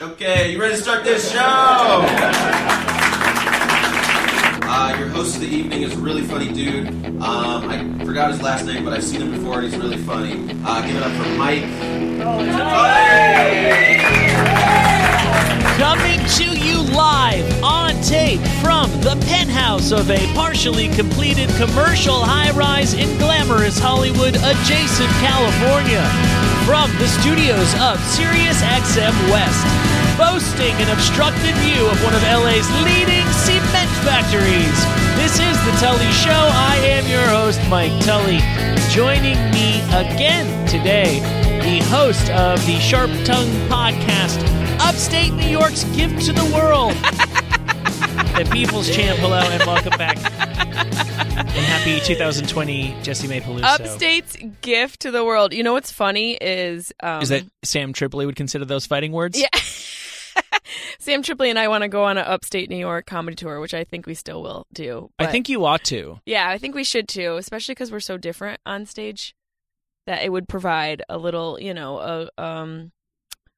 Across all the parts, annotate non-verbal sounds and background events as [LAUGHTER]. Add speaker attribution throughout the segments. Speaker 1: Okay, you ready to start this show? Uh, your host of the evening is a really funny dude. Um, I forgot his last name, but I've seen him before, and he's really funny. Uh, give it up for Mike.
Speaker 2: Coming to you live on tape from the penthouse of a partially completed commercial high rise in glamorous Hollywood adjacent California. From the studios of Sirius XM West, boasting an obstructed view of one of LA's leading cement factories. This is The Tully Show. I am your host, Mike Tully. Joining me again today the host of the Sharp Tongue podcast, Upstate New York's Gift to the
Speaker 3: [LAUGHS]
Speaker 2: World. the People's Champ, hello and welcome back. And happy 2020, Jesse May Peluso.
Speaker 3: Upstate's gift to the world. You know what's funny is um,
Speaker 2: Is that Sam Tripoli would consider those fighting words?
Speaker 3: [LAUGHS] Yeah. Sam Tripoli and I want to go on an Upstate New York comedy tour, which I think we still will do.
Speaker 2: I
Speaker 3: But-
Speaker 2: think you ought to.
Speaker 3: yeah, I think we should too, especially because we're so different on stage that it would provide a little, you know, a um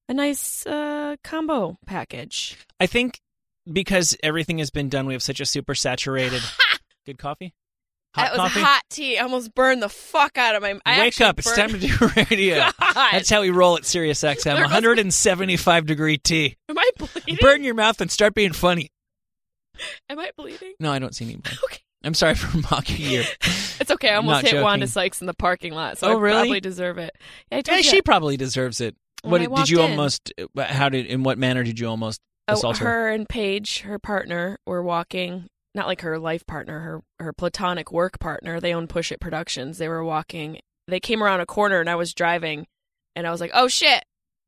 Speaker 3: a nice uh combo package.
Speaker 2: I think because everything has been done, we have such a super
Speaker 3: [LAUGHS]
Speaker 2: saturated. good coffee? Hot
Speaker 3: that was
Speaker 2: coffee?
Speaker 3: hot tea. I almost burned the fuck out of my. I
Speaker 2: Wake
Speaker 3: actually
Speaker 2: up. It's time
Speaker 3: burned-
Speaker 2: to do [LAUGHS] radio.
Speaker 3: [LAUGHS] God.
Speaker 2: That's how we roll at Sirius XM.
Speaker 3: [LAUGHS] There was-
Speaker 2: 175 degree tea.
Speaker 3: Am I bleeding?
Speaker 2: Burn your mouth and start being funny.
Speaker 3: Am I bleeding?
Speaker 2: No, I don't
Speaker 3: [LAUGHS]
Speaker 2: see anybody.
Speaker 3: Okay.
Speaker 2: I'm sorry for [LAUGHS] mocking
Speaker 3: [LAUGHS]
Speaker 2: you.
Speaker 3: It's okay. I almost
Speaker 2: Not
Speaker 3: hit Wanda
Speaker 2: joking.
Speaker 3: Sykes in the parking lot, so
Speaker 2: Oh,
Speaker 3: I
Speaker 2: really?
Speaker 3: probably deserve it. Yeah, I told
Speaker 2: Yeah,
Speaker 3: you
Speaker 2: she probably deserves it.
Speaker 3: When
Speaker 2: What
Speaker 3: I
Speaker 2: did
Speaker 3: walked
Speaker 2: you
Speaker 3: in.
Speaker 2: almost? How did? In what manner did you almost
Speaker 3: Oh,
Speaker 2: assault her?
Speaker 3: her and Paige, her partner, were walking. Not like her life partner, her her platonic work partner. They own Push It Productions. They were walking. They came around a corner, and I was driving, and I was like, "Oh shit."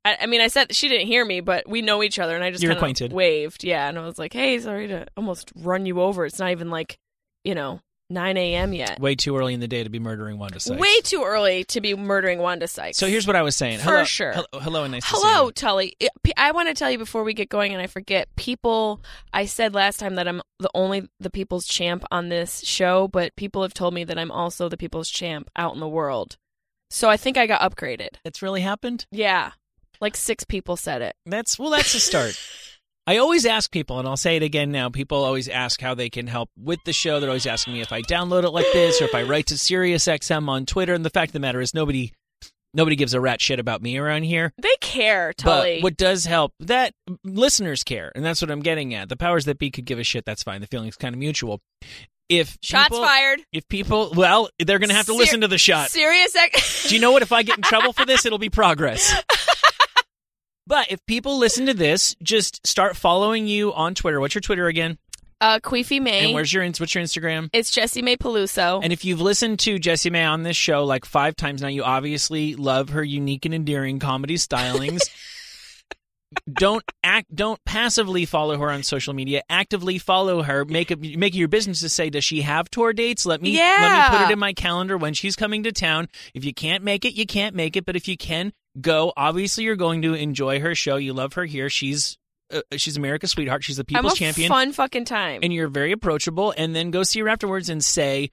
Speaker 3: I, I mean, I said she didn't hear me, but we know each other, and I just
Speaker 2: You're
Speaker 3: kinda
Speaker 2: acquainted.
Speaker 3: waved, yeah, and I was like, "Hey, sorry to almost run you over. It's not even like, you know, nine a.m. yet.
Speaker 2: Way too early in the day to be murdering Wanda Sykes.
Speaker 3: Way too early to be murdering Wanda Sykes."
Speaker 2: So here's what I was saying.
Speaker 3: For
Speaker 2: hello,
Speaker 3: sure.
Speaker 2: Hello, hello and nice
Speaker 3: Hello,
Speaker 2: to
Speaker 3: Tully. I- P- I want to tell you before we get going, and I forget people. I said last time that I'm the only the people's champ on this show, but people have told me that I'm also the people's champ out in the world. So I think I got upgraded.
Speaker 2: see you. That's really happened.
Speaker 3: Yeah, like six people said it.
Speaker 2: That's well. That's a
Speaker 3: [LAUGHS]
Speaker 2: start. I always ask people, and I'll say it again now. People always ask how they can help with the show. They're always asking me if I download it like this or if I write to SiriusXM on Twitter. And the fact of the matter is, nobody, nobody gives a rat shit about me around here.
Speaker 3: They care, Tully.
Speaker 2: But what does help that listeners care, and that's what I'm getting at. The powers that be could give a shit. That's fine. The feeling's kind of mutual. If
Speaker 3: Shots
Speaker 2: people,
Speaker 3: fired.
Speaker 2: If people, well, they're going to have to
Speaker 3: Ser-
Speaker 2: listen to the shot.
Speaker 3: Serious.
Speaker 2: [LAUGHS]
Speaker 3: Ex-
Speaker 2: Do you know what? If I get in trouble for this, it'll be progress. but if people listen to this, just start following you on Twitter. What's your Twitter again?
Speaker 3: [LAUGHS] uh, Queefy May.
Speaker 2: And where's your ins- what's your Instagram?
Speaker 3: it's Jesse May Peluso.
Speaker 2: And if you've listened to Jessie May on this show like five times now, you obviously love her unique and endearing comedy
Speaker 3: [LAUGHS]
Speaker 2: stylings. don't act don't passively follow her on social media. Actively follow her. Make it make it your business to say, does she have tour dates? Let me let me put
Speaker 3: Yeah.
Speaker 2: it in my calendar when she's coming to town. If you can't make it, you can't make it. But if you can go, obviously you're going to enjoy her show. You love her here. She's uh, she's America's sweetheart. She's the
Speaker 3: I'm
Speaker 2: people's
Speaker 3: a
Speaker 2: champion
Speaker 3: Fun fucking time.
Speaker 2: and you're very approachable. And then go see her afterwards and say,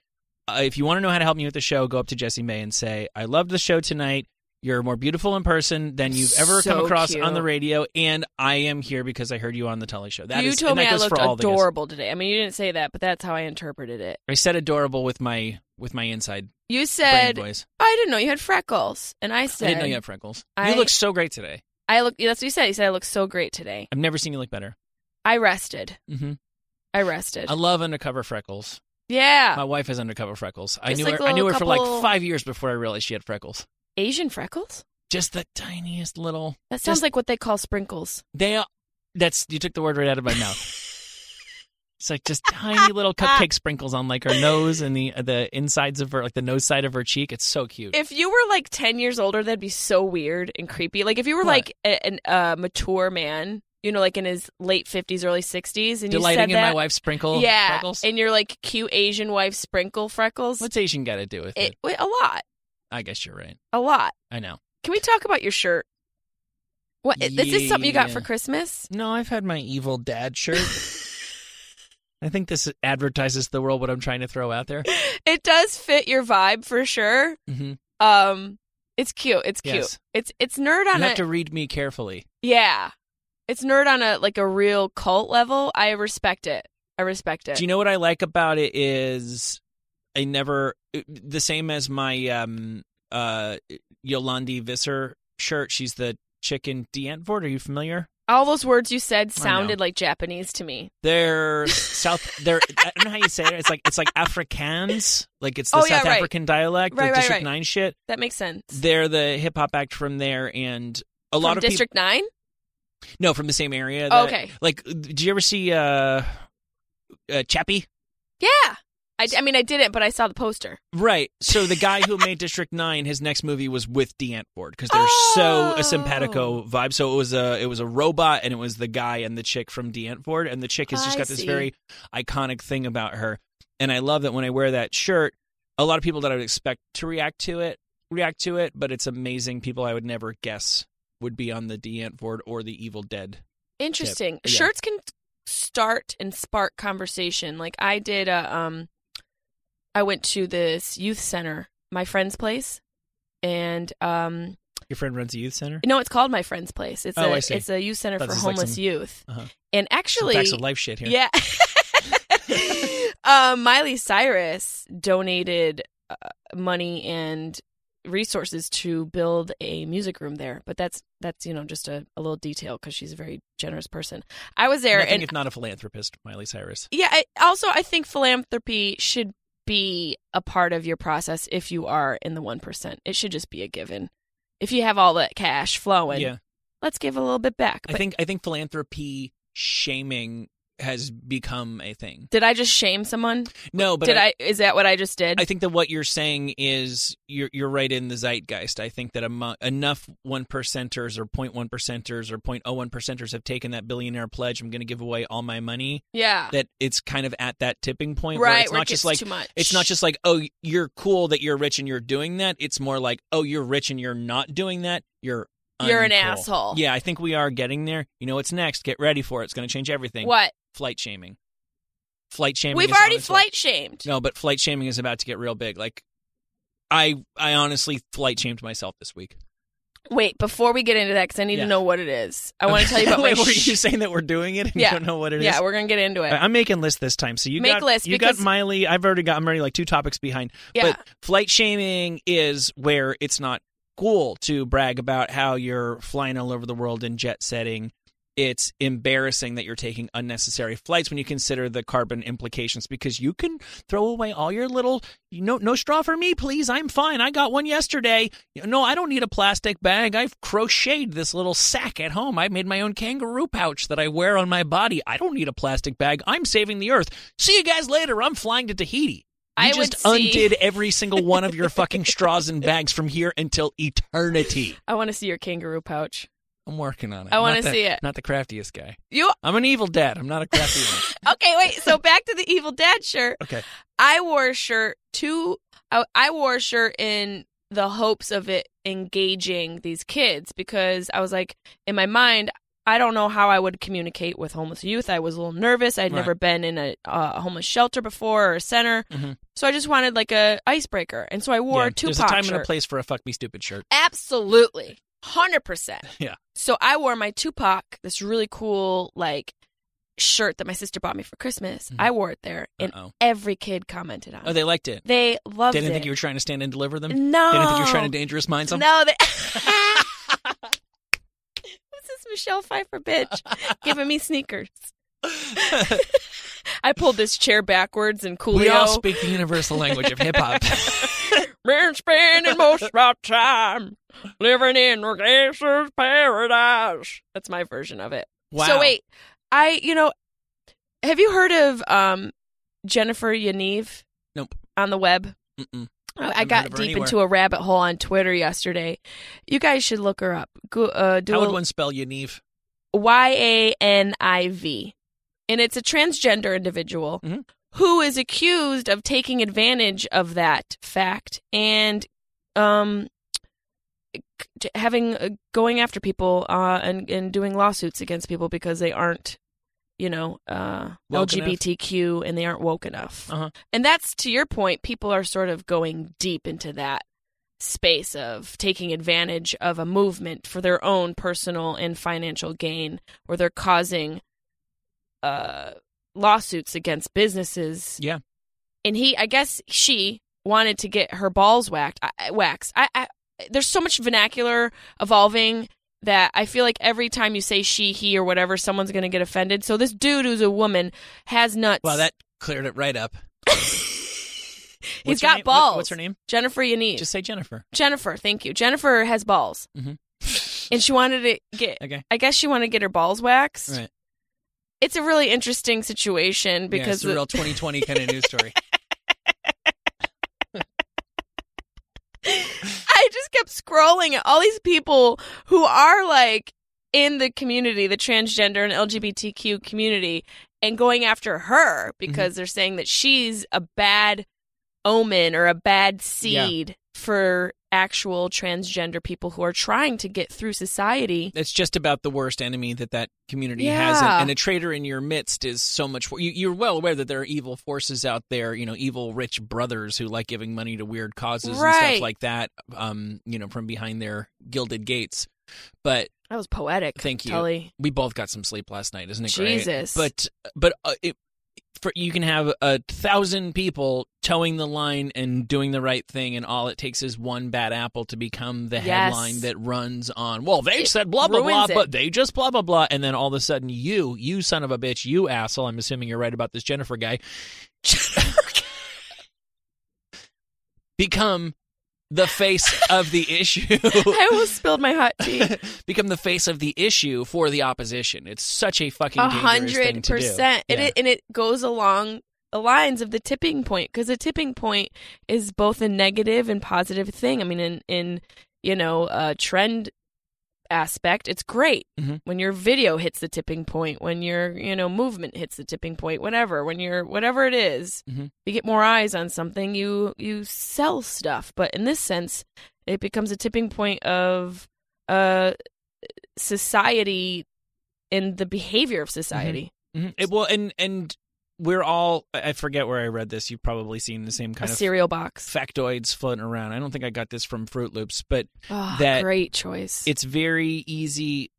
Speaker 2: uh, if you want to know how to help me with the show, go up to Jessie May and say, I loved the show tonight. You're more beautiful in person than you've ever
Speaker 3: So
Speaker 2: come across
Speaker 3: cute.
Speaker 2: on the radio, and I am here because I heard you on the Tully Show. That is
Speaker 3: you told
Speaker 2: and
Speaker 3: me
Speaker 2: that
Speaker 3: I
Speaker 2: goes
Speaker 3: looked
Speaker 2: for all the guests.
Speaker 3: adorable today. I mean, you didn't say that, but that's how I interpreted it.
Speaker 2: I said adorable with my with my inside
Speaker 3: You
Speaker 2: brain
Speaker 3: said
Speaker 2: voice.
Speaker 3: I didn't know you had freckles. And I said,
Speaker 2: I didn't know you had freckles.
Speaker 3: I-
Speaker 2: you look so great today.
Speaker 3: I look, that's what you said. You said, I look so great today.
Speaker 2: I've never seen you look better.
Speaker 3: I rested.
Speaker 2: hmm
Speaker 3: I rested.
Speaker 2: I love undercover freckles.
Speaker 3: yeah.
Speaker 2: My wife has undercover freckles. I
Speaker 3: Just
Speaker 2: knew
Speaker 3: like
Speaker 2: her. I knew her
Speaker 3: little
Speaker 2: for
Speaker 3: couple-
Speaker 2: like five years before I realized she had freckles.
Speaker 3: Asian freckles?
Speaker 2: Just the tiniest little.
Speaker 3: That sounds
Speaker 2: Just-
Speaker 3: like what they call sprinkles.
Speaker 2: They are. That's you took the word right out of my
Speaker 3: [LAUGHS]
Speaker 2: mouth. It's like just tiny little cupcake sprinkles on like her nose and the the insides of her like the nose side of her cheek. It's so cute.
Speaker 3: If you were like 10 years older, that'd be so weird and creepy. Like if you were
Speaker 2: What?
Speaker 3: like a, an, a mature man, you know, like in his late 50s, early 60s, and
Speaker 2: Delighting
Speaker 3: you
Speaker 2: in
Speaker 3: said that.
Speaker 2: my wife's sprinkle.
Speaker 3: yeah.
Speaker 2: freckles.
Speaker 3: And your like cute Asian wife sprinkle freckles.
Speaker 2: What's Asian got to do with it,
Speaker 3: It, wait, a lot.
Speaker 2: I guess you're right.
Speaker 3: A lot.
Speaker 2: I know.
Speaker 3: Can we talk about your shirt? What is this something you got
Speaker 2: Yeah.
Speaker 3: for Christmas?
Speaker 2: No, I've had my evil dad
Speaker 3: [LAUGHS]
Speaker 2: shirt. I think this advertises to the world what I'm trying to throw out there.
Speaker 3: It does fit your vibe for sure.
Speaker 2: hmm You
Speaker 3: Um, it's cute. It's cute.
Speaker 2: Yes.
Speaker 3: It's it's nerd on
Speaker 2: have
Speaker 3: it.
Speaker 2: to read me carefully.
Speaker 3: yeah, It's nerd on a like a real cult level. I respect it. I respect it.
Speaker 2: Do you know what I like about it is I never the same as my um uh Yolandi Visser shirt. She's the chicken D'Antwoord. Are you familiar?
Speaker 3: All those words you said
Speaker 2: know.
Speaker 3: sounded like Japanese to me.
Speaker 2: They're South. They're I don't know how you say it. It's like it's like Afrikaans. Like it's the
Speaker 3: Oh, yeah,
Speaker 2: South
Speaker 3: right.
Speaker 2: African dialect,
Speaker 3: Right,
Speaker 2: the
Speaker 3: right,
Speaker 2: District
Speaker 3: right.
Speaker 2: Nine shit.
Speaker 3: That makes sense.
Speaker 2: They're the hip hop act from there, and a lot
Speaker 3: From
Speaker 2: of
Speaker 3: District Nine.
Speaker 2: people. No, from the same area. that-
Speaker 3: Oh, okay.
Speaker 2: Like, did you ever see uh, uh Chappie?
Speaker 3: Yeah. I, I mean, I didn't, but I saw the poster.
Speaker 2: Right. So the guy who made District Nine, his next movie was with D'Antwoord because they're so
Speaker 3: Oh.
Speaker 2: a simpatico vibe. So it was a it was a robot, and it was the guy and the chick from D'Antwoord, and the chick has just
Speaker 3: I
Speaker 2: got this
Speaker 3: see.
Speaker 2: very iconic thing about her. And I love that when I wear that shirt, a lot of people that I would expect to react to it react to it, but it's amazing people I would never guess would be on the D'Antwoord or the Evil Dead.
Speaker 3: Interesting.
Speaker 2: Yeah.
Speaker 3: Shirts can start and spark conversation. Like I did a um I went to this youth center, my friend's place, and um
Speaker 2: Your friend runs a youth center.
Speaker 3: no, it's called my friend's place. It's
Speaker 2: Oh,
Speaker 3: a
Speaker 2: I see.
Speaker 3: it's a youth center
Speaker 2: Thought
Speaker 3: for
Speaker 2: this was like
Speaker 3: homeless
Speaker 2: some-
Speaker 3: youth.
Speaker 2: Uh-huh.
Speaker 3: And
Speaker 2: Some
Speaker 3: actually
Speaker 2: facts of life shit here.
Speaker 3: Yeah. [LAUGHS] um, Miley Cyrus donated uh, money and resources to build a music room there, but that's that's you know just a, a little detail because she's a very generous person. I was there,
Speaker 2: Nothing
Speaker 3: and
Speaker 2: if not a philanthropist, Miley Cyrus.
Speaker 3: yeah. I, also, I think philanthropy should be a part of your process if you are in the one percent. It should just be a given. If you have all that cash flowing,
Speaker 2: yeah.
Speaker 3: let's give a little bit back. But
Speaker 2: I think I think philanthropy shaming has become a thing.
Speaker 3: did I just shame someone?
Speaker 2: No, but
Speaker 3: did
Speaker 2: I,
Speaker 3: I, Is that what I just did?
Speaker 2: I think that what you're saying is you're you're right in the zeitgeist. I think that amo- enough one percenters or 0.1 percenters or 0.01 percenters have taken that billionaire pledge. I'm going to give away all my money.
Speaker 3: yeah.
Speaker 2: That it's kind of at that tipping point where
Speaker 3: right.
Speaker 2: it's
Speaker 3: where
Speaker 2: not
Speaker 3: it
Speaker 2: just
Speaker 3: gets
Speaker 2: like
Speaker 3: too much.
Speaker 2: it's not just like oh you're cool that you're rich and you're doing that. It's more like oh you're rich and you're not doing that. You're
Speaker 3: You're an
Speaker 2: uncool.
Speaker 3: asshole.
Speaker 2: Yeah, I think we are getting there. You know what's next? Get ready for it. It's going to change everything.
Speaker 3: What?
Speaker 2: flight shaming. Flight shaming. is
Speaker 3: We've
Speaker 2: on
Speaker 3: already
Speaker 2: its way.
Speaker 3: flight shamed.
Speaker 2: No, but flight shaming is about to get real big. Like, I I honestly flight shamed myself this week.
Speaker 3: Wait, before we get into that, because I need
Speaker 2: Yeah.
Speaker 3: to know what it is. I want
Speaker 2: [LAUGHS]
Speaker 3: to tell you about my.
Speaker 2: Wait, were
Speaker 3: sh-
Speaker 2: you saying that we're doing it and
Speaker 3: Yeah.
Speaker 2: you don't know what it is?
Speaker 3: yeah, we're gonna get into it.
Speaker 2: I- I'm making lists this time, so you
Speaker 3: Make
Speaker 2: got
Speaker 3: lists
Speaker 2: you got
Speaker 3: because-
Speaker 2: Miley. I've already got. I'm already like two topics behind.
Speaker 3: yeah,
Speaker 2: But flight shaming is where it's not cool to brag about how you're flying all over the world in jet setting. It's embarrassing that you're taking unnecessary flights when you consider the carbon implications because you can throw away all your little you know no straw for me please I'm fine I got one yesterday no I don't need a plastic bag I've crocheted this little sack at home I made my own kangaroo pouch that I wear on my body I don't need a plastic bag I'm saving the earth see you guys later I'm flying to Tahiti you
Speaker 3: I would
Speaker 2: just
Speaker 3: see- [LAUGHS]
Speaker 2: undid every single one of your fucking straws and bags from here until eternity.
Speaker 3: I want to see your
Speaker 2: [LAUGHS]
Speaker 3: kangaroo pouch.
Speaker 2: I'm working on it.
Speaker 3: I wanna
Speaker 2: Not the-
Speaker 3: see it.
Speaker 2: Not the craftiest guy.
Speaker 3: You
Speaker 2: I'm an evil dad. I'm not a crafty
Speaker 3: [LAUGHS]
Speaker 2: one.
Speaker 3: okay? Wait. So back to the Evil Dad shirt.
Speaker 2: Okay.
Speaker 3: I wore a shirt to. I, I wore a shirt in the hopes of it engaging these kids because I was like, in my mind, I don't know how I would communicate with homeless youth. I was a little nervous. I'd
Speaker 2: Right.
Speaker 3: never been in a uh, homeless shelter before or a center,
Speaker 2: Mhm.
Speaker 3: so I just wanted like a icebreaker, and so I wore
Speaker 2: Yeah,
Speaker 3: a Tupac
Speaker 2: There's a time
Speaker 3: shirt.
Speaker 2: and a place for a fuck me stupid shirt.
Speaker 3: Absolutely. 100%.
Speaker 2: [LAUGHS] Yeah.
Speaker 3: So I wore my Tupac, this really cool, like, shirt that my sister bought me for Christmas.
Speaker 2: Mhm.
Speaker 3: I wore it there, and
Speaker 2: Uh-oh.
Speaker 3: every kid commented on
Speaker 2: Oh,
Speaker 3: it.
Speaker 2: they liked it.
Speaker 3: They loved
Speaker 2: They didn't
Speaker 3: it.
Speaker 2: think you were trying to stand and deliver them.
Speaker 3: No.
Speaker 2: They didn't think you were trying to dangerous mind them.
Speaker 3: No, they. [LAUGHS] Who's this Michelle Pfeiffer bitch giving me sneakers? I pulled this chair backwards and Coolio.
Speaker 2: [LAUGHS] we all speak the universal language of hip
Speaker 3: [LAUGHS]
Speaker 2: hop.
Speaker 3: Been spending most of my time living in the gangster's paradise. That's my version of it.
Speaker 2: wow.
Speaker 3: So wait, I you know, have you heard of um Jennifer Yaniv?
Speaker 2: Nope.
Speaker 3: On the web,
Speaker 2: Mm-mm.
Speaker 3: I, I
Speaker 2: haven't heard
Speaker 3: got
Speaker 2: of her
Speaker 3: deep
Speaker 2: anywhere.
Speaker 3: into a rabbit hole on Twitter yesterday. You guys should look her up. Go, uh, do
Speaker 2: How
Speaker 3: a-
Speaker 2: would one spell Yaniv?
Speaker 3: Y A N I V. And it's a transgender individual
Speaker 2: Mhm.
Speaker 3: who is accused of taking advantage of that fact and um c- having uh, going after people uh and and doing lawsuits against people because they aren't you know uh
Speaker 2: Woke enough.
Speaker 3: LGBTQ and they aren't woke enough.
Speaker 2: Uh-huh.
Speaker 3: And that's to your point people are sort of going deep into that. space of taking advantage of a movement for their own personal and financial gain, or they're causing uh, lawsuits against businesses.
Speaker 2: Yeah.
Speaker 3: And he, I guess she wanted to get her balls whacked. I, waxed. I, I, there's so much vernacular evolving that I feel like every time you say she, he, or whatever, someone's going to get offended. So this dude who's a woman has nuts.
Speaker 2: Well, that cleared it right up.
Speaker 3: He's
Speaker 2: What's her
Speaker 3: got
Speaker 2: name? What-
Speaker 3: balls.
Speaker 2: what's her name?
Speaker 3: Jennifer Yanese.
Speaker 2: Just say Jennifer.
Speaker 3: Jennifer, thank you. Jennifer has balls.
Speaker 2: Mhm.
Speaker 3: [LAUGHS] and she wanted to get,
Speaker 2: Okay.
Speaker 3: I guess she wanted to get her balls waxed.
Speaker 2: Right.
Speaker 3: It's a really interesting situation
Speaker 2: yeah, it's
Speaker 3: because
Speaker 2: a
Speaker 3: the-
Speaker 2: real 2020 kind of news story.
Speaker 3: I just kept scrolling at all these people who are like in the community, the transgender and LGBTQ community, and going after her
Speaker 2: Mm-hmm.
Speaker 3: because they're saying that she's a bad omen or a bad seed for actual transgender people who are trying to get through society.
Speaker 2: It's just about the worst enemy that that community has,
Speaker 3: Yeah.
Speaker 2: and, and a traitor in your midst is so much. wor- You, you're well aware that there are evil forces out there. You know, evil rich brothers who like giving money to weird causes and
Speaker 3: Right.
Speaker 2: stuff like that. Um, you know, from behind their gilded gates. But
Speaker 3: That was poetic.
Speaker 2: Thank you.
Speaker 3: Tully.
Speaker 2: we both got some sleep last night, isn't it great?
Speaker 3: Jesus.
Speaker 2: But but uh, it, for you can have a thousand people towing the line and doing the right thing, and all it takes is one bad apple to become the
Speaker 3: Yes.
Speaker 2: headline that runs on. Well, they
Speaker 3: It
Speaker 2: said blah blah blah,
Speaker 3: ruins it.
Speaker 2: but they just blah blah blah, and then all of a sudden, you you son of a bitch, you asshole. I'm assuming you're right about this Jennifer
Speaker 3: [LAUGHS]
Speaker 2: guy. become the face of the issue.
Speaker 3: [LAUGHS]
Speaker 2: [LAUGHS]
Speaker 3: I almost spilled my hot tea.
Speaker 2: become the face of the issue for the opposition. It's such a fucking
Speaker 3: A
Speaker 2: dangerous thing
Speaker 3: hundred
Speaker 2: to do.
Speaker 3: percent, and
Speaker 2: Yeah.
Speaker 3: it and it goes along the lines of the tipping point because a tipping point is both a negative and positive thing. I mean, in in you know a trend aspect, it's great
Speaker 2: Mhm.
Speaker 3: when your video hits the tipping point, when your you know movement hits the tipping point, whatever. When you're whatever it is,
Speaker 2: Mhm.
Speaker 3: you get more eyes on something. You you sell stuff, but in this sense, it becomes a tipping point of uh society and the behavior of society.
Speaker 2: Mhm. It- well, and and we're all. I I forget where I read this. You've probably seen the same kind
Speaker 3: a
Speaker 2: of
Speaker 3: cereal box.
Speaker 2: factoids floating around. I don't think I got this from Fruit Loops, but
Speaker 3: Oh,
Speaker 2: that
Speaker 3: great choice.
Speaker 2: it's very easy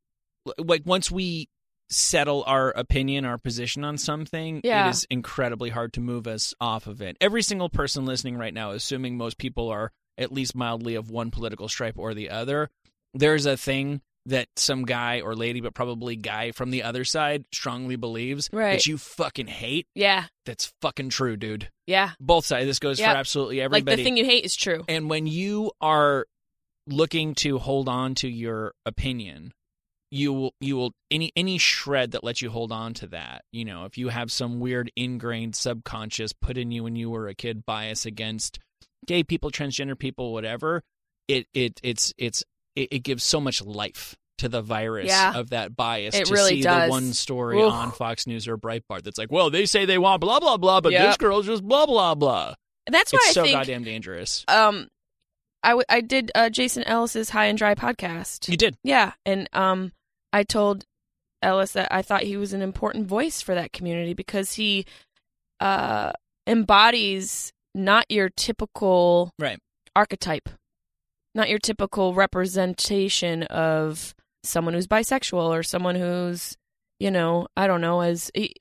Speaker 2: like once we settle our opinion our position on something
Speaker 3: Yeah.
Speaker 2: it is incredibly hard to move us off of it every single person listening right now assuming most people are at least mildly of one political stripe or the other there's a thing that some guy or lady but probably guy from the other side strongly believes
Speaker 3: Right.
Speaker 2: that you fucking hate
Speaker 3: yeah,
Speaker 2: that's fucking true dude
Speaker 3: yeah.
Speaker 2: both sides this goes
Speaker 3: Yep.
Speaker 2: for absolutely
Speaker 3: Like
Speaker 2: everybody
Speaker 3: the thing you hate is true.
Speaker 2: and when you are looking to hold on to your opinion, you will you will any any shred that lets you hold on to that. You know, if you have some weird ingrained subconscious put in you when you were a kid bias against gay people, transgender people, whatever, it it it's it's it, it gives so much life to the virus
Speaker 3: Yeah.
Speaker 2: of that bias
Speaker 3: It
Speaker 2: to
Speaker 3: really
Speaker 2: see
Speaker 3: does.
Speaker 2: the one story
Speaker 3: Oof.
Speaker 2: on Fox News or Breitbart that's like, well, they say they want blah blah blah, but this
Speaker 3: Yep.
Speaker 2: girl's just blah blah blah.
Speaker 3: And that's why
Speaker 2: it's
Speaker 3: I
Speaker 2: so
Speaker 3: think
Speaker 2: goddamn dangerous.
Speaker 3: um, I w- I did uh, Jason Ellis's High and Dry podcast.
Speaker 2: You did.
Speaker 3: yeah, and um, I told Ellis that I thought he was an important voice for that community because he uh embodies not your typical
Speaker 2: Right.
Speaker 3: archetype, not your typical representation of someone who's bisexual or someone who's, you know, I don't know, as he,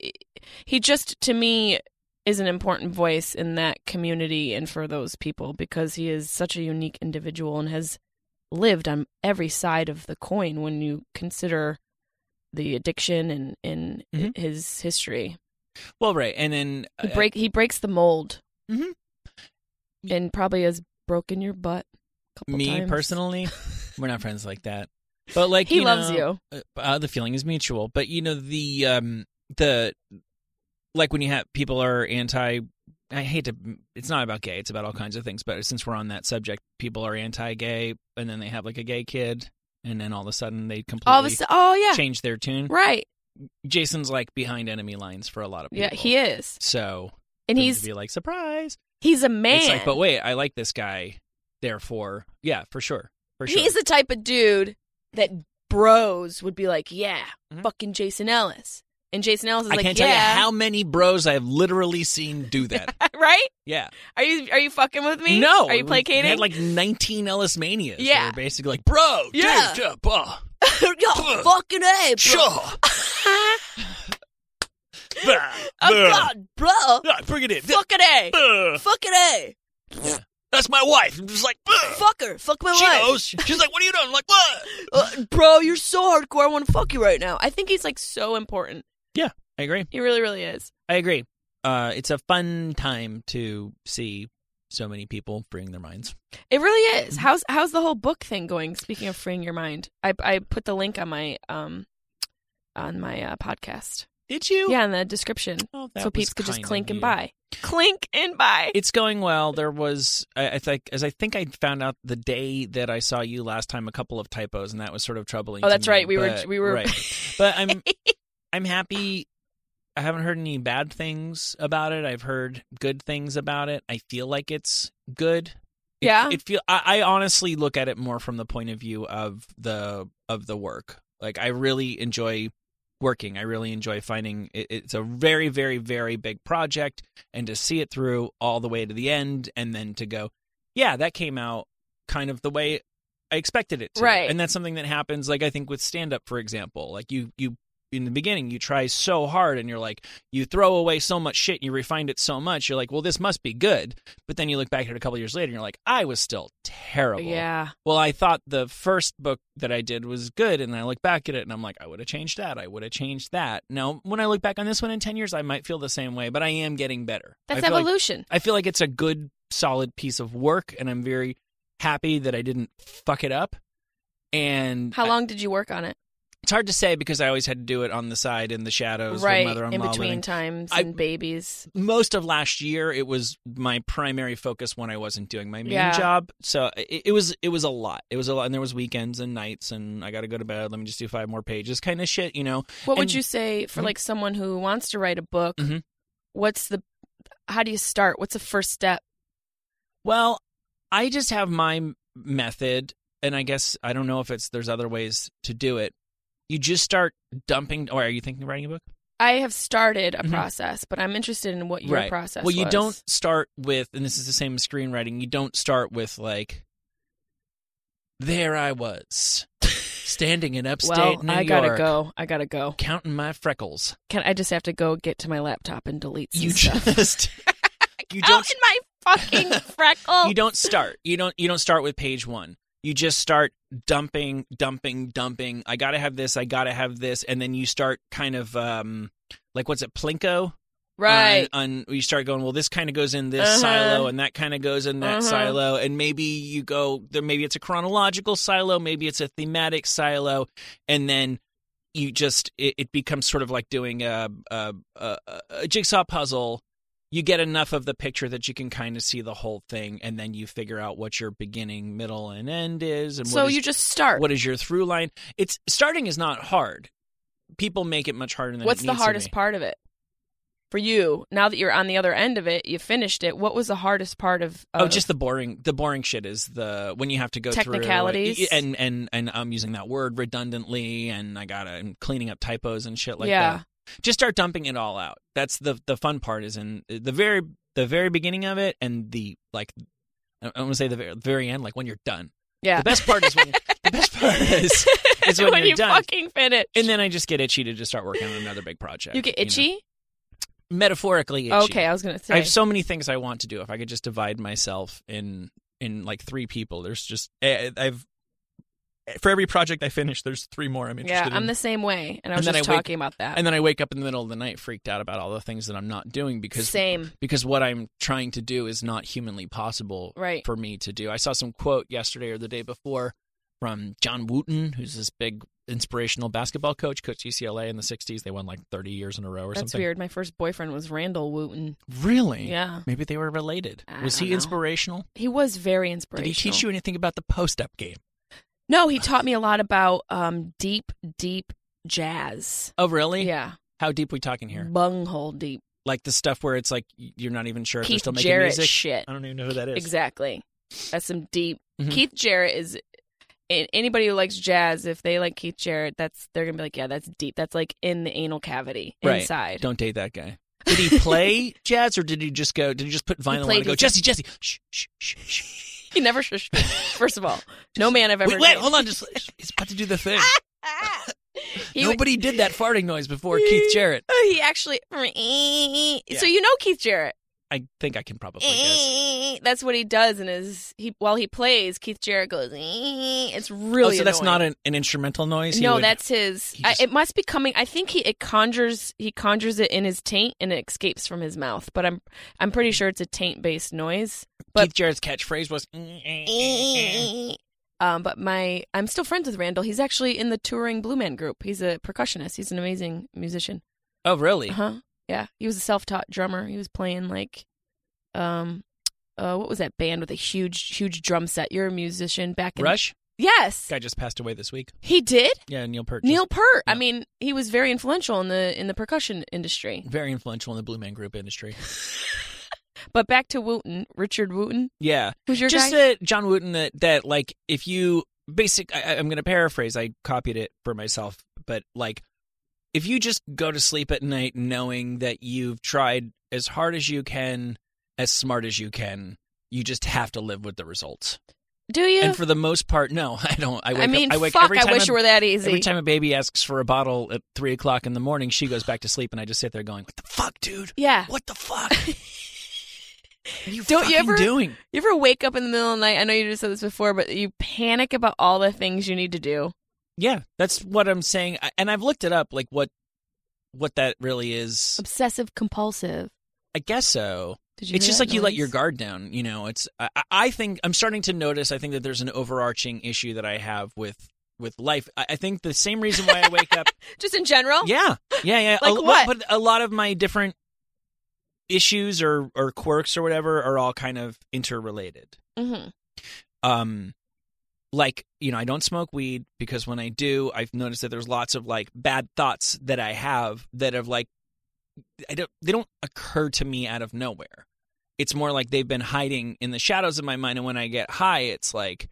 Speaker 3: he just to me is an important voice in that community and for those people because he is such a unique individual and has lived on every side of the coin when you consider the addiction and, and
Speaker 2: Mhm.
Speaker 3: his history.
Speaker 2: Well, right, and then
Speaker 3: He
Speaker 2: uh,
Speaker 3: break he breaks the mold,
Speaker 2: Mhm.
Speaker 3: and probably has broken your butt. A couple
Speaker 2: me
Speaker 3: times. [LAUGHS]
Speaker 2: personally, we're not friends like that. But like
Speaker 3: he
Speaker 2: you
Speaker 3: loves
Speaker 2: know,
Speaker 3: you.
Speaker 2: uh, Uh, the feeling is mutual. But you know the um the like when you have people are anti. I hate to. It's not about gay. It's about all kinds of things. But since we're on that subject, people are anti-gay, and then they have like a gay kid, and then all of a sudden they completely
Speaker 3: All of a sudden, oh yeah,
Speaker 2: change their tune.
Speaker 3: right,
Speaker 2: Jason's like behind enemy lines for a lot of people.
Speaker 3: yeah, he is,
Speaker 2: So
Speaker 3: and
Speaker 2: for them
Speaker 3: he's
Speaker 2: to be like surprise.
Speaker 3: he's a man.
Speaker 2: It's like, but wait, I like this guy. Therefore, yeah, for sure, for sure.
Speaker 3: He's the type of dude that bros would be like, yeah,
Speaker 2: Mhm.
Speaker 3: fucking Jason Ellis. And Jason Ellis is
Speaker 2: I
Speaker 3: like,
Speaker 2: can't
Speaker 3: yeah,
Speaker 2: tell you how many bros I have literally seen do that.
Speaker 3: [LAUGHS] right?
Speaker 2: Yeah.
Speaker 3: Are you are you fucking with me?
Speaker 2: No.
Speaker 3: Are you
Speaker 2: They
Speaker 3: placating?
Speaker 2: had like 19 Ellis Manias. They
Speaker 3: Yeah.
Speaker 2: were basically like, bro,
Speaker 3: Yeah.
Speaker 2: dude, yeah, bro,
Speaker 3: [LAUGHS] Yo, fucking a,
Speaker 2: sure. Bah,
Speaker 3: Oh,
Speaker 2: bah,
Speaker 3: bro.
Speaker 2: yeah, bring it in.
Speaker 3: Fucking a.
Speaker 2: Bah.
Speaker 3: Fucking a.
Speaker 2: That's my wife. I'm just like, bah.
Speaker 3: Fuck her. Fuck my
Speaker 2: she knows. She's like, what are you doing? I'm like, what?
Speaker 3: Uh, bro, you're so hardcore. I want to fuck you right now. I think he's like so important.
Speaker 2: I agree.
Speaker 3: He really, really is.
Speaker 2: I agree. Uh, it's a fun time to see so many people freeing their minds.
Speaker 3: It really is. How's how's the whole book thing going? Speaking of freeing your mind, I I put the link on my um on my uh, podcast.
Speaker 2: Did you?
Speaker 3: Yeah, in the description,
Speaker 2: Oh, that
Speaker 3: so
Speaker 2: was
Speaker 3: peeps could just
Speaker 2: kind of
Speaker 3: clink and
Speaker 2: you.
Speaker 3: buy. Clink and buy.
Speaker 2: [LAUGHS] It's going well. There was, I, I think, as I think I found out the day that I saw you last time, a couple of typos, and that was sort of troubling.
Speaker 3: Oh,
Speaker 2: to
Speaker 3: that's
Speaker 2: me,
Speaker 3: right. We were
Speaker 2: but-
Speaker 3: we were.
Speaker 2: right.
Speaker 3: [LAUGHS]
Speaker 2: But I'm, I'm happy. I haven't heard any bad things about it. I've heard good things about it. I feel like it's good. It-
Speaker 3: Yeah.
Speaker 2: It, feel I, I honestly look at it more from the point of view of the of the work. Like I really enjoy working. I really enjoy finding it, it's a very very very big project and to see it through all the way to the end and then to go, yeah, that came out kind of the way I expected it to.
Speaker 3: Right.
Speaker 2: And that's something that happens like I think with stand up for example. Like you you in the beginning you try so hard and you're like you throw away so much shit and you refined it so much you're like well this must be good but then you look back at it a couple years later and you're like i was still terrible
Speaker 3: yeah,
Speaker 2: well i thought the first book that i did was good and i look back at it and i'm like i would have changed that i would have changed that now when i look back on this one in 10 years i might feel the same way but i am getting better
Speaker 3: that's
Speaker 2: I feel like-
Speaker 3: evolution.
Speaker 2: I feel like it's a good, solid piece of work, and I'm very happy that I didn't fuck it up. And
Speaker 3: How long did you work on it?
Speaker 2: it's hard to say because I always had to do it on the side in the shadows,
Speaker 3: right
Speaker 2: With mother-in-law
Speaker 3: in between
Speaker 2: living.
Speaker 3: times
Speaker 2: I-
Speaker 3: and babies.
Speaker 2: Most of last year, it was my primary focus when I wasn't doing my main
Speaker 3: Yeah.
Speaker 2: job. So it, it was it was a lot. It was a lot, and there was weekends and nights, and I got to go to bed. Let me just do five more pages, kind of shit, you know.
Speaker 3: What would
Speaker 2: and-
Speaker 3: you say for
Speaker 2: Mhm.
Speaker 3: like someone who wants to write a book?
Speaker 2: Mhm.
Speaker 3: What's the how do you start? What's the first step?
Speaker 2: Well, I just have my m- method, and I guess I don't know if it's there's other ways to do it. You just start dumping. Or are you thinking of writing a book?
Speaker 3: I have started a
Speaker 2: Mhm.
Speaker 3: process, but I'm interested in what your
Speaker 2: Right.
Speaker 3: process.
Speaker 2: well, you
Speaker 3: was.
Speaker 2: don't start with, and this is the same as screenwriting. You don't start with like, there I was, standing in upstate
Speaker 3: Well,
Speaker 2: New
Speaker 3: I gotta
Speaker 2: York,
Speaker 3: go. I gotta go.
Speaker 2: counting my freckles.
Speaker 3: Can I just have to go get to my laptop and delete some
Speaker 2: You
Speaker 3: stuff? [LAUGHS]
Speaker 2: just, [LAUGHS] you
Speaker 3: Out
Speaker 2: don't
Speaker 3: in my fucking
Speaker 2: [LAUGHS]
Speaker 3: freckle.
Speaker 2: you don't start you don't you don't start with page one you just start dumping dumping dumping i gotta have this i gotta have this and then you start kind of um like what's it plinko
Speaker 3: right.
Speaker 2: on, on you start going well this kind of goes in this
Speaker 3: Uh-huh.
Speaker 2: silo and that kind of goes in that
Speaker 3: Uh-huh.
Speaker 2: silo and maybe you go there maybe it's a chronological silo maybe it's a thematic silo and then you just it, it becomes sort of like doing a, a, a, a jigsaw puzzle you get enough of the picture that you can kind of see the whole thing and then you figure out what your beginning middle and end is and
Speaker 3: so
Speaker 2: what is
Speaker 3: you just start.
Speaker 2: what is your through line it's starting is not hard people make it much harder than it
Speaker 3: What's the
Speaker 2: needs to
Speaker 3: hardest
Speaker 2: be.
Speaker 3: part of it for you? Now that you're on the other end of it, you finished it. What was the hardest part of?
Speaker 2: Oh,
Speaker 3: of-
Speaker 2: just the boring. The boring shit is the when you have to go
Speaker 3: Technicalities.
Speaker 2: through like, and and and I'm using that word redundantly, and I gotta and cleaning up typos and shit like
Speaker 3: yeah.
Speaker 2: that. Just start dumping it all out. That's the the fun part is in the very the very beginning of it, and the like. I want to say the very, the very end, like when you're done.
Speaker 3: Yeah.
Speaker 2: The best part is when the
Speaker 3: [LAUGHS]
Speaker 2: best part is, is when, you're
Speaker 3: you
Speaker 2: done,
Speaker 3: fucking finish.
Speaker 2: and then I just get itchy to just start working on another big project.
Speaker 3: you get
Speaker 2: know?
Speaker 3: itchy.
Speaker 2: metaphorically. Itchy.
Speaker 3: Okay, I was gonna say.
Speaker 2: I have so many things I want to do. If I could just divide myself in in like three people, there's just I- I've eh, for every project I finish, there's three more I'm
Speaker 3: yeah,
Speaker 2: interested
Speaker 3: I'm
Speaker 2: in.
Speaker 3: the same way, and I was
Speaker 2: And then
Speaker 3: just
Speaker 2: I wake-
Speaker 3: talking about that.
Speaker 2: and then I wake up in the middle of the night freaked out about all the things that I'm not doing because
Speaker 3: same,
Speaker 2: because what I'm trying to do is not humanly possible
Speaker 3: right?
Speaker 2: for me to do. I saw some quote yesterday or the day before from John Wooten, who's this big inspirational basketball coach, coached UCLA in the 60s. They won like 30 years in a row or
Speaker 3: That's
Speaker 2: something.
Speaker 3: weird. My first boyfriend was Randall Wooten.
Speaker 2: Really?
Speaker 3: Yeah,
Speaker 2: Maybe they were related.
Speaker 3: I
Speaker 2: was
Speaker 3: don't
Speaker 2: he
Speaker 3: know.
Speaker 2: inspirational?
Speaker 3: he was very
Speaker 2: Did
Speaker 3: inspirational.
Speaker 2: he teach you anything about the post up game?
Speaker 3: No, he taught me a lot about um, deep, deep jazz.
Speaker 2: Oh, really?
Speaker 3: Yeah, Mm-hmm.
Speaker 2: How deep we talking here?
Speaker 3: bunghole deep.
Speaker 2: Like the stuff where it's like y- you're not even sure if they're
Speaker 3: Keith
Speaker 2: still making
Speaker 3: Jarrett
Speaker 2: music.
Speaker 3: shit.
Speaker 2: I don't even know who that is.
Speaker 3: Exactly. That's some deep.
Speaker 2: Mhm.
Speaker 3: Keith Jarrett is. a- anybody who likes jazz, if they like Keith Jarrett, that's they're gonna be like, yeah, that's deep. That's like in the anal cavity
Speaker 2: Right.
Speaker 3: inside.
Speaker 2: Don't date that guy. Did
Speaker 3: [LAUGHS]
Speaker 2: he play jazz or did he just go? Did he just put vinyl on
Speaker 3: played
Speaker 2: and go?
Speaker 3: with-
Speaker 2: Jesse, Jesse, shh, shh, shh, shh.
Speaker 3: [LAUGHS] [LAUGHS] He never shushed. me. First of
Speaker 2: [LAUGHS]
Speaker 3: all, no man I've ever.
Speaker 2: Wait, wait,
Speaker 3: dated.
Speaker 2: hold on.
Speaker 3: [LAUGHS]
Speaker 2: Just he's about to do the thing. [LAUGHS]
Speaker 3: Ah, He,
Speaker 2: Nobody did that farting noise before
Speaker 3: [LAUGHS]
Speaker 2: Keith Jarrett.
Speaker 3: Oh, he actually. [LAUGHS] So you know Keith Jarrett.
Speaker 2: I think I can
Speaker 3: Eh,
Speaker 2: probably guess. Oh,
Speaker 3: [LAUGHS] That's what he does, and is he while he plays, Keith Jarrett goes. [LAUGHS] It's really.
Speaker 2: oh, so that's
Speaker 3: annoying.
Speaker 2: not an, an instrumental noise. He
Speaker 3: no,
Speaker 2: would-
Speaker 3: that's his.
Speaker 2: he
Speaker 3: I,
Speaker 2: just-
Speaker 3: it must be coming. I think he it conjures he conjures it in his taint and it escapes from his mouth. But I'm I'm pretty sure it's a taint based noise. but-
Speaker 2: Keith Jarrett's catchphrase was. "Mm, eh, eh, eh."
Speaker 3: Um, but my I'm still friends with Randall. He's actually in the touring Blue Man group. He's a percussionist. He's an amazing musician.
Speaker 2: Oh, really?
Speaker 3: Huh? Yeah, he was a self taught drummer. He was playing like, um, uh, what was that band with a huge huge drum set? You're a musician back in
Speaker 2: Rush
Speaker 3: Yes,
Speaker 2: guy just passed away this week.
Speaker 3: he did.
Speaker 2: Yeah, Neil Peart. just-
Speaker 3: Neil Peart. I
Speaker 2: Yeah.
Speaker 3: mean, he was very influential in the in the percussion industry.
Speaker 2: very influential in the Blue Man Group industry.
Speaker 3: But back to Wooten, Richard Wooten,
Speaker 2: [LAUGHS] Yeah,
Speaker 3: who's your
Speaker 2: just
Speaker 3: guy?
Speaker 2: that John Wooten that, that like if you basic, I, I- I'm going to paraphrase. I copied it for myself, but like if you just go to sleep at night knowing that you've tried as hard as you can, as smart as you can. You just have to live with the results,
Speaker 3: Do you?
Speaker 2: and for the most part, no, [LAUGHS] I don't. I, wake
Speaker 3: I mean,
Speaker 2: up, I wake
Speaker 3: fuck!
Speaker 2: every
Speaker 3: I
Speaker 2: time
Speaker 3: wish
Speaker 2: a-
Speaker 3: it were that easy.
Speaker 2: Every time a baby asks for a bottle at three o'clock in the morning, she goes back to sleep, and I just sit there going, "What the fuck, dude?
Speaker 3: yeah.
Speaker 2: What the
Speaker 3: [LAUGHS]
Speaker 2: fuck? What are you
Speaker 3: Don't
Speaker 2: fucking
Speaker 3: you ever-
Speaker 2: doing?
Speaker 3: You ever wake up in the middle of the night? I know you just said this before, but you panic about all the things you need to do.
Speaker 2: Yeah, that's what I'm saying, I- and I've looked it up, like what what that really is.
Speaker 3: Obsessive compulsive.
Speaker 2: I guess so.
Speaker 3: Did you?
Speaker 2: It's
Speaker 3: hear
Speaker 2: just
Speaker 3: that
Speaker 2: like you let
Speaker 3: noise?
Speaker 2: your guard down. You know, it's I, I- I think I'm starting to notice. I think that there's an overarching issue that I have with with life. I, I think the same reason why I wake
Speaker 3: [LAUGHS]
Speaker 2: up.
Speaker 3: Just in general.
Speaker 2: Yeah, yeah, yeah.
Speaker 3: Oh. Like
Speaker 2: a,
Speaker 3: what?
Speaker 2: But a lot of my different issues or or quirks or whatever are all kind of interrelated.
Speaker 3: hmm
Speaker 2: um like you know i don't smoke weed because when i do i've noticed that there's lots of like bad thoughts that i have that have like i don't they don't occur to me out of nowhere it's more like they've been hiding in the shadows of my mind and when i get high it's like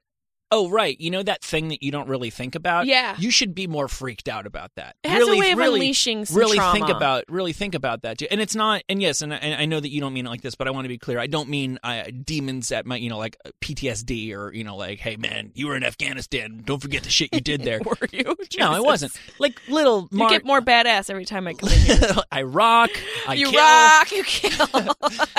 Speaker 2: oh right you know that thing that you don't really think about
Speaker 3: Yeah.
Speaker 2: you should be more freaked out about that
Speaker 3: It has
Speaker 2: really
Speaker 3: a way of
Speaker 2: really
Speaker 3: unleashing some
Speaker 2: really
Speaker 3: trauma.
Speaker 2: think about really think about that too. and it's not and yes and I, and I know that you don't mean it like this but i want to be clear i don't mean uh, demons at my you know like ptsd or you know like hey man you were in afghanistan don't forget the shit you did
Speaker 3: [LAUGHS]
Speaker 2: there
Speaker 3: [LAUGHS] Were you?
Speaker 2: no it
Speaker 3: Jesus.
Speaker 2: wasn't like little
Speaker 3: You
Speaker 2: Mark,
Speaker 3: get more badass every time I come
Speaker 2: [LAUGHS]
Speaker 3: in here.
Speaker 2: i rock i
Speaker 3: you
Speaker 2: kill
Speaker 3: rock. You kill.
Speaker 2: [LAUGHS]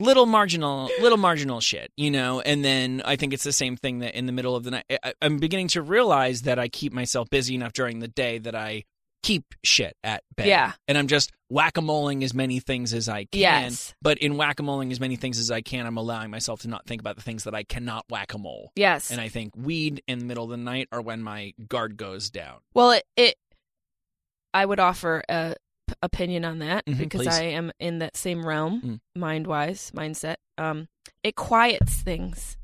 Speaker 2: little marginal little marginal shit you know and then i think it's the same thing that in the middle of the night I, i'm beginning to realize that i keep myself busy enough during the day that i keep shit at bay
Speaker 3: Yeah.
Speaker 2: and i'm just whack-a-moling as many things as i can
Speaker 3: Yes.
Speaker 2: but in whack-a-moling as many things as i can i'm allowing myself to not think about the things that i cannot whack-a-mole
Speaker 3: yes.
Speaker 2: and i think weed in the middle of the night are when my guard goes down
Speaker 3: Well, it, it I would offer a p- opinion on that
Speaker 2: Mhm,
Speaker 3: because
Speaker 2: please.
Speaker 3: I am in that same realm,
Speaker 2: Mm.
Speaker 3: mind-wise, mindset. Um, it quiets things,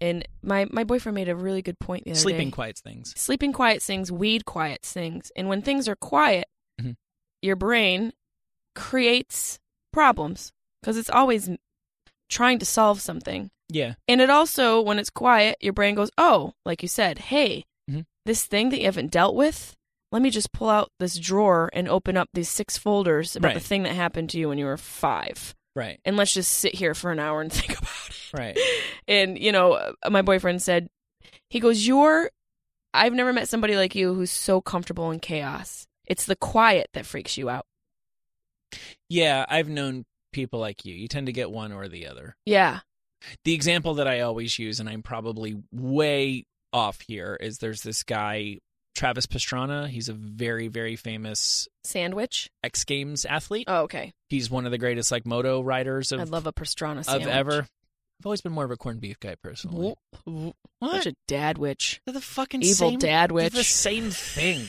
Speaker 3: and my my boyfriend made a really good point the other
Speaker 2: sleeping
Speaker 3: day.
Speaker 2: quiets things
Speaker 3: Sleeping quiets things. Weed quiets things, and when things are quiet,
Speaker 2: Mhm.
Speaker 3: your brain creates problems because it's always m- trying to solve something.
Speaker 2: yeah
Speaker 3: And it also, when it's quiet, your brain goes, oh, like you said, hey,
Speaker 2: Mhm.
Speaker 3: this thing that you haven't dealt with, let me just pull out this drawer and open up these six folders about the
Speaker 2: Right.
Speaker 3: thing that happened to you when you were five.
Speaker 2: right
Speaker 3: And let's just sit here for an hour and [LAUGHS] think about it.
Speaker 2: right
Speaker 3: And, you know, uh, my boyfriend said, he goes, you're, I've never met somebody like you who's so comfortable in chaos. It's the quiet that freaks you out.
Speaker 2: yeah i've known people like you you tend to get one or the other
Speaker 3: Yeah.
Speaker 2: the example that I always use, and I'm probably way off here, is there's this guy, Travis Pastrana. He's a very, very famous
Speaker 3: Sandwich.
Speaker 2: X Games athlete.
Speaker 3: Oh, okay.
Speaker 2: He's one of the greatest like moto riders
Speaker 3: I'd
Speaker 2: of,
Speaker 3: love a pastrana
Speaker 2: of
Speaker 3: sandwich.
Speaker 2: ever. I've always been more of a corned beef guy personally.
Speaker 3: Whoa. Whoa.
Speaker 2: What?
Speaker 3: Such a dad witch.
Speaker 2: They're the fucking
Speaker 3: evil
Speaker 2: same,
Speaker 3: dad
Speaker 2: they're
Speaker 3: witch.
Speaker 2: The same thing.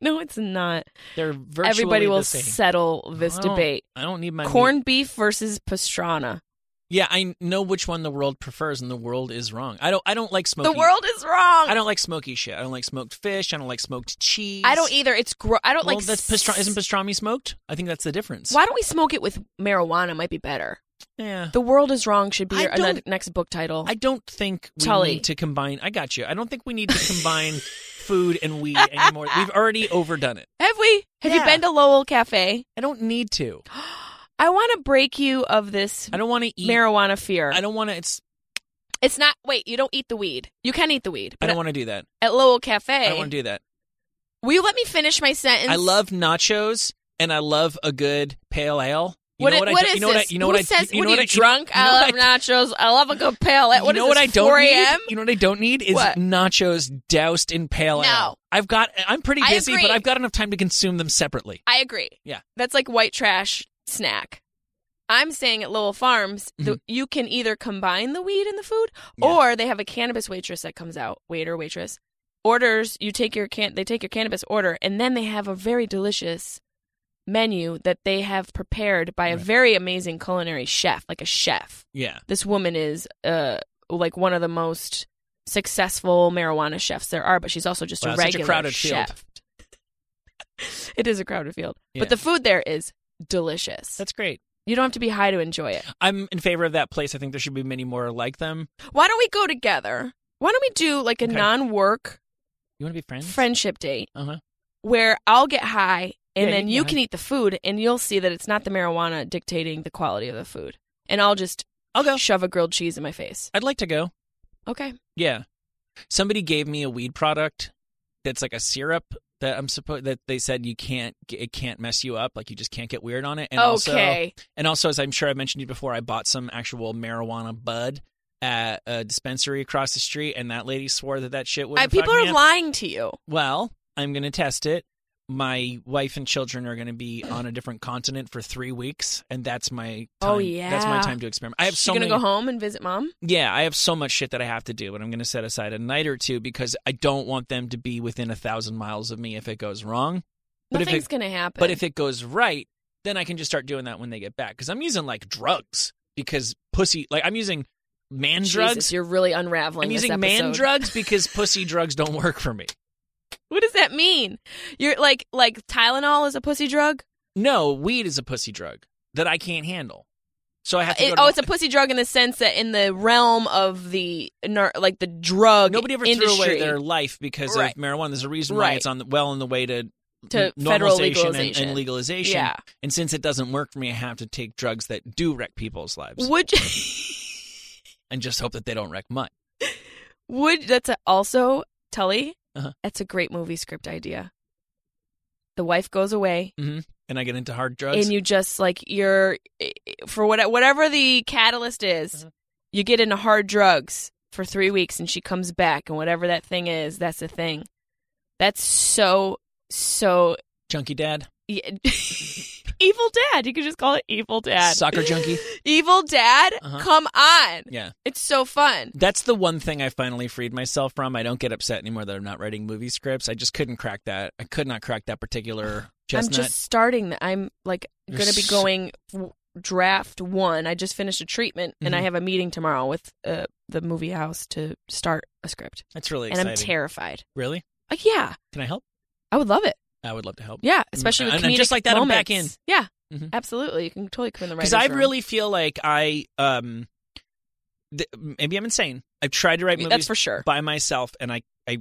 Speaker 3: no, it's not. [LAUGHS]
Speaker 2: They're virtually
Speaker 3: Everybody will
Speaker 2: the same.
Speaker 3: settle this
Speaker 2: I don't-
Speaker 3: debate.
Speaker 2: I don't need my meat-
Speaker 3: Corned beef versus pastrana.
Speaker 2: Yeah, I know which one the world prefers, and the world is wrong. I don't. I don't like smoky.
Speaker 3: The world is wrong.
Speaker 2: I don't like smoky shit. I don't like smoked fish. I don't like smoked cheese.
Speaker 3: I don't either. It's gro- I don't
Speaker 2: well,
Speaker 3: like.
Speaker 2: that's
Speaker 3: s-
Speaker 2: pastra- isn't pastrami smoked? I think that's the difference.
Speaker 3: Why don't we smoke it with marijuana? Might be better.
Speaker 2: Yeah.
Speaker 3: The world is wrong should be
Speaker 2: I
Speaker 3: your uh, ne-
Speaker 2: don't-
Speaker 3: next book title.
Speaker 2: I don't think we
Speaker 3: Tully.
Speaker 2: need to combine. I got you. I don't think we need
Speaker 3: [LAUGHS]
Speaker 2: to combine food and weed anymore. We've already overdone it.
Speaker 3: Have we? Have
Speaker 2: Yeah.
Speaker 3: you been to Lowell Cafe?
Speaker 2: I don't need to.
Speaker 3: I want to break you of this
Speaker 2: I don't want to eat.
Speaker 3: marijuana fear.
Speaker 2: I don't want to. It's.
Speaker 3: It's not. Wait, you don't eat the weed. You can eat the weed.
Speaker 2: I
Speaker 3: But
Speaker 2: don't want to do that.
Speaker 3: at Lowell
Speaker 2: I
Speaker 3: Cafe,
Speaker 2: don't want to do that.
Speaker 3: will you let me finish my sentence?
Speaker 2: I love nachos and I love a good pale ale. You
Speaker 3: What,
Speaker 2: know
Speaker 3: i-
Speaker 2: what, I
Speaker 3: what
Speaker 2: do-
Speaker 3: is
Speaker 2: you know what I-
Speaker 3: this?
Speaker 2: you know
Speaker 3: Who
Speaker 2: what I-
Speaker 3: says?
Speaker 2: you know
Speaker 3: what
Speaker 2: what
Speaker 3: are
Speaker 2: I-
Speaker 3: you drunk? uh,
Speaker 2: you know
Speaker 3: I love
Speaker 2: what I-
Speaker 3: nachos. I love a good pale. ale. What
Speaker 2: you
Speaker 3: is
Speaker 2: know what
Speaker 3: this,
Speaker 2: I don't
Speaker 3: 4
Speaker 2: need?
Speaker 3: a.m.?
Speaker 2: You know what I don't need is
Speaker 3: What?
Speaker 2: nachos doused in pale
Speaker 3: No.
Speaker 2: ale. I've got I'm pretty
Speaker 3: I
Speaker 2: busy, but
Speaker 3: agree.
Speaker 2: I've got enough time to consume them separately.
Speaker 3: I agree.
Speaker 2: Yeah.
Speaker 3: That's like white trash snack. I'm saying at Lowell Farms, the, you can either combine the weed and the food,
Speaker 2: Mm-hmm. Yeah.
Speaker 3: or they have a cannabis waitress that comes out, waiter waitress, orders. You take your can, they take your cannabis order, and then they have a very delicious menu that they have prepared by a
Speaker 2: Right.
Speaker 3: very amazing culinary chef, like a chef.
Speaker 2: Yeah.
Speaker 3: This woman is uh like one of the most successful marijuana chefs there are, but she's also just
Speaker 2: Wow,
Speaker 3: a
Speaker 2: such a
Speaker 3: regular
Speaker 2: crowded field.
Speaker 3: chef. It is a crowded field,
Speaker 2: Yeah.
Speaker 3: but the food there is delicious.
Speaker 2: That's great.
Speaker 3: you don't have to be high to enjoy it.
Speaker 2: I'm in favor of that place. I think there should be many more like them.
Speaker 3: Why don't we go together? Why don't we do like a
Speaker 2: Okay.
Speaker 3: non-work
Speaker 2: You want to be friends?
Speaker 3: friendship date
Speaker 2: Uh-huh.
Speaker 3: where I'll get high and
Speaker 2: Yeah,
Speaker 3: then
Speaker 2: you
Speaker 3: you
Speaker 2: can get
Speaker 3: can eat the food and you'll see that it's not the marijuana dictating the quality of the food. And I'll just
Speaker 2: I'll go.
Speaker 3: shove a grilled cheese in my face.
Speaker 2: I'd like to go.
Speaker 3: Okay.
Speaker 2: Yeah. Somebody gave me a weed product that's like a syrup that I'm supposed that they said you can't it can't mess you up like you just can't get weird on it and also
Speaker 3: okay.
Speaker 2: And also, as I'm sure I mentioned to you before, I bought some actual marijuana bud at a dispensary across the street, and that lady swore that that shit would.
Speaker 3: Uh, people are lying to you.
Speaker 2: Well, I'm going to test it. My wife and children are going to be on a different continent for three weeks, and that's my time.
Speaker 3: Oh,
Speaker 2: that's my
Speaker 3: yeah.
Speaker 2: time to experiment. I have so
Speaker 3: You're
Speaker 2: many.
Speaker 3: gonna go home and visit mom.
Speaker 2: Yeah, I have so much shit that I have to do, but I'm going to set aside a night or two because I don't want them to be within a thousand miles of me if it goes wrong. But if
Speaker 3: Nothing's
Speaker 2: it-
Speaker 3: gonna happen.
Speaker 2: But if it goes right, then I can just start doing that when they get back. Because I'm using like drugs. Because pussy, like I'm using man
Speaker 3: Jesus,
Speaker 2: drugs.
Speaker 3: you're really unraveling.
Speaker 2: I'm
Speaker 3: this
Speaker 2: using man
Speaker 3: episode.
Speaker 2: drugs
Speaker 3: [LAUGHS]
Speaker 2: because pussy drugs don't work for me.
Speaker 3: What does that mean? You're like like Tylenol is a pussy drug.
Speaker 2: No, weed is a pussy drug that I can't handle. So I have to.
Speaker 3: It-
Speaker 2: go to
Speaker 3: oh,
Speaker 2: my-
Speaker 3: it's a pussy drug in the sense that in the realm of the nar- like the drug
Speaker 2: Nobody ever
Speaker 3: industry
Speaker 2: threw away their life because
Speaker 3: Right.
Speaker 2: of marijuana. There's a reason why
Speaker 3: Right.
Speaker 2: it's on the, well on the way to,
Speaker 3: to
Speaker 2: n- normalization
Speaker 3: federal
Speaker 2: and-
Speaker 3: legalization.
Speaker 2: and, legalization.
Speaker 3: yeah,
Speaker 2: And since it doesn't work for me, I have to take drugs that do wreck people's lives
Speaker 3: would
Speaker 2: and just hope that they don't wreck mine.
Speaker 3: [LAUGHS] would that's a, also Tully?
Speaker 2: Uh-huh.
Speaker 3: That's a great movie script idea. The wife goes away,
Speaker 2: And I get into hard drugs.
Speaker 3: and you just like you're for what whatever the catalyst is,
Speaker 2: Uh-huh.
Speaker 3: you get into hard drugs for three weeks, and she comes back, and whatever that thing is, that's the thing. That's so so
Speaker 2: Junkie dad.
Speaker 3: yeah. [LAUGHS] evil dad. You could just call it evil dad.
Speaker 2: Soccer junkie.
Speaker 3: [LAUGHS] Evil dad.
Speaker 2: Uh-huh.
Speaker 3: Come on,
Speaker 2: Yeah.
Speaker 3: it's so fun.
Speaker 2: That's the one thing I finally freed myself from. I don't get upset anymore that I'm not writing movie scripts. I just couldn't crack that. I could not crack that particular
Speaker 3: [SIGHS] I'm
Speaker 2: chestnut.
Speaker 3: just starting. The, I'm like
Speaker 2: You're
Speaker 3: going to be
Speaker 2: s-
Speaker 3: going w- draft one. I just finished a treatment, and I
Speaker 2: Mhm.
Speaker 3: have a meeting tomorrow with uh, the movie house to start a script.
Speaker 2: That's really
Speaker 3: And
Speaker 2: exciting.
Speaker 3: I'm terrified.
Speaker 2: really?
Speaker 3: Like, yeah,
Speaker 2: Can I help?
Speaker 3: I would love it.
Speaker 2: I would love to help.
Speaker 3: Yeah, especially with
Speaker 2: Mm, And then
Speaker 3: comedic
Speaker 2: just like that, I'm back
Speaker 3: moments. Yeah,
Speaker 2: Mhm.
Speaker 3: absolutely. You can totally come in the right.
Speaker 2: Because I really feel like I um th- maybe I'm insane. I've tried to write movies
Speaker 3: that's for sure.
Speaker 2: by myself and I I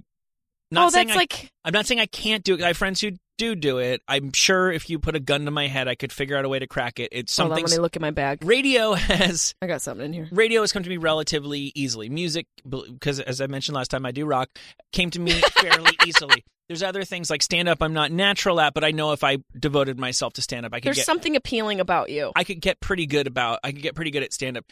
Speaker 2: not
Speaker 3: Oh,
Speaker 2: saying
Speaker 3: that's
Speaker 2: I,
Speaker 3: like
Speaker 2: I'm not saying I can't do it. I have friends who do do it. I'm sure if you put a gun to my head, I could figure out a way to crack it. It's
Speaker 3: hold on.
Speaker 2: something
Speaker 3: Let me look at my bag.
Speaker 2: radio [LAUGHS] has
Speaker 3: I got something in here.
Speaker 2: radio has come to me relatively easily. Music, because as I mentioned last time, I do rock, came to me fairly
Speaker 3: [LAUGHS]
Speaker 2: easily. There's other things like stand up. I'm not natural at, but I know if I devoted myself to stand up, I could
Speaker 3: There's
Speaker 2: get
Speaker 3: something appealing about you.
Speaker 2: I could get pretty good about. I could get pretty good at stand up.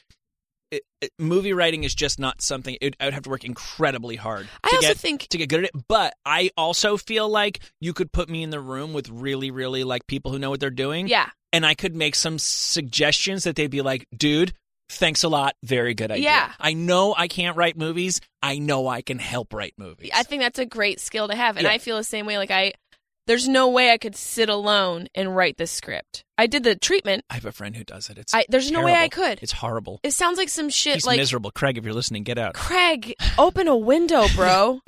Speaker 2: It, it- movie writing is just not something. It, I would have to work incredibly hard
Speaker 3: I
Speaker 2: to
Speaker 3: also
Speaker 2: get
Speaker 3: think
Speaker 2: to get good at it. But I also feel like you could put me in the room with really, really like people who know what they're doing,
Speaker 3: yeah.
Speaker 2: and I could make some suggestions that they'd be like, "Dude, thanks a lot, very good idea."
Speaker 3: Yeah.
Speaker 2: I know I can't write movies. I know I can help write movies.
Speaker 3: I think that's a great skill to have. And
Speaker 2: Yeah.
Speaker 3: I feel the same way. Like I there's no way I could sit alone and write this script. I did the treatment.
Speaker 2: I have a friend who does it. It's
Speaker 3: I there's no way I
Speaker 2: terrible.
Speaker 3: could.
Speaker 2: It's horrible.
Speaker 3: It sounds like some shit
Speaker 2: He's
Speaker 3: like
Speaker 2: miserable, Craig. If you're listening, get out.
Speaker 3: Craig, open a window, bro.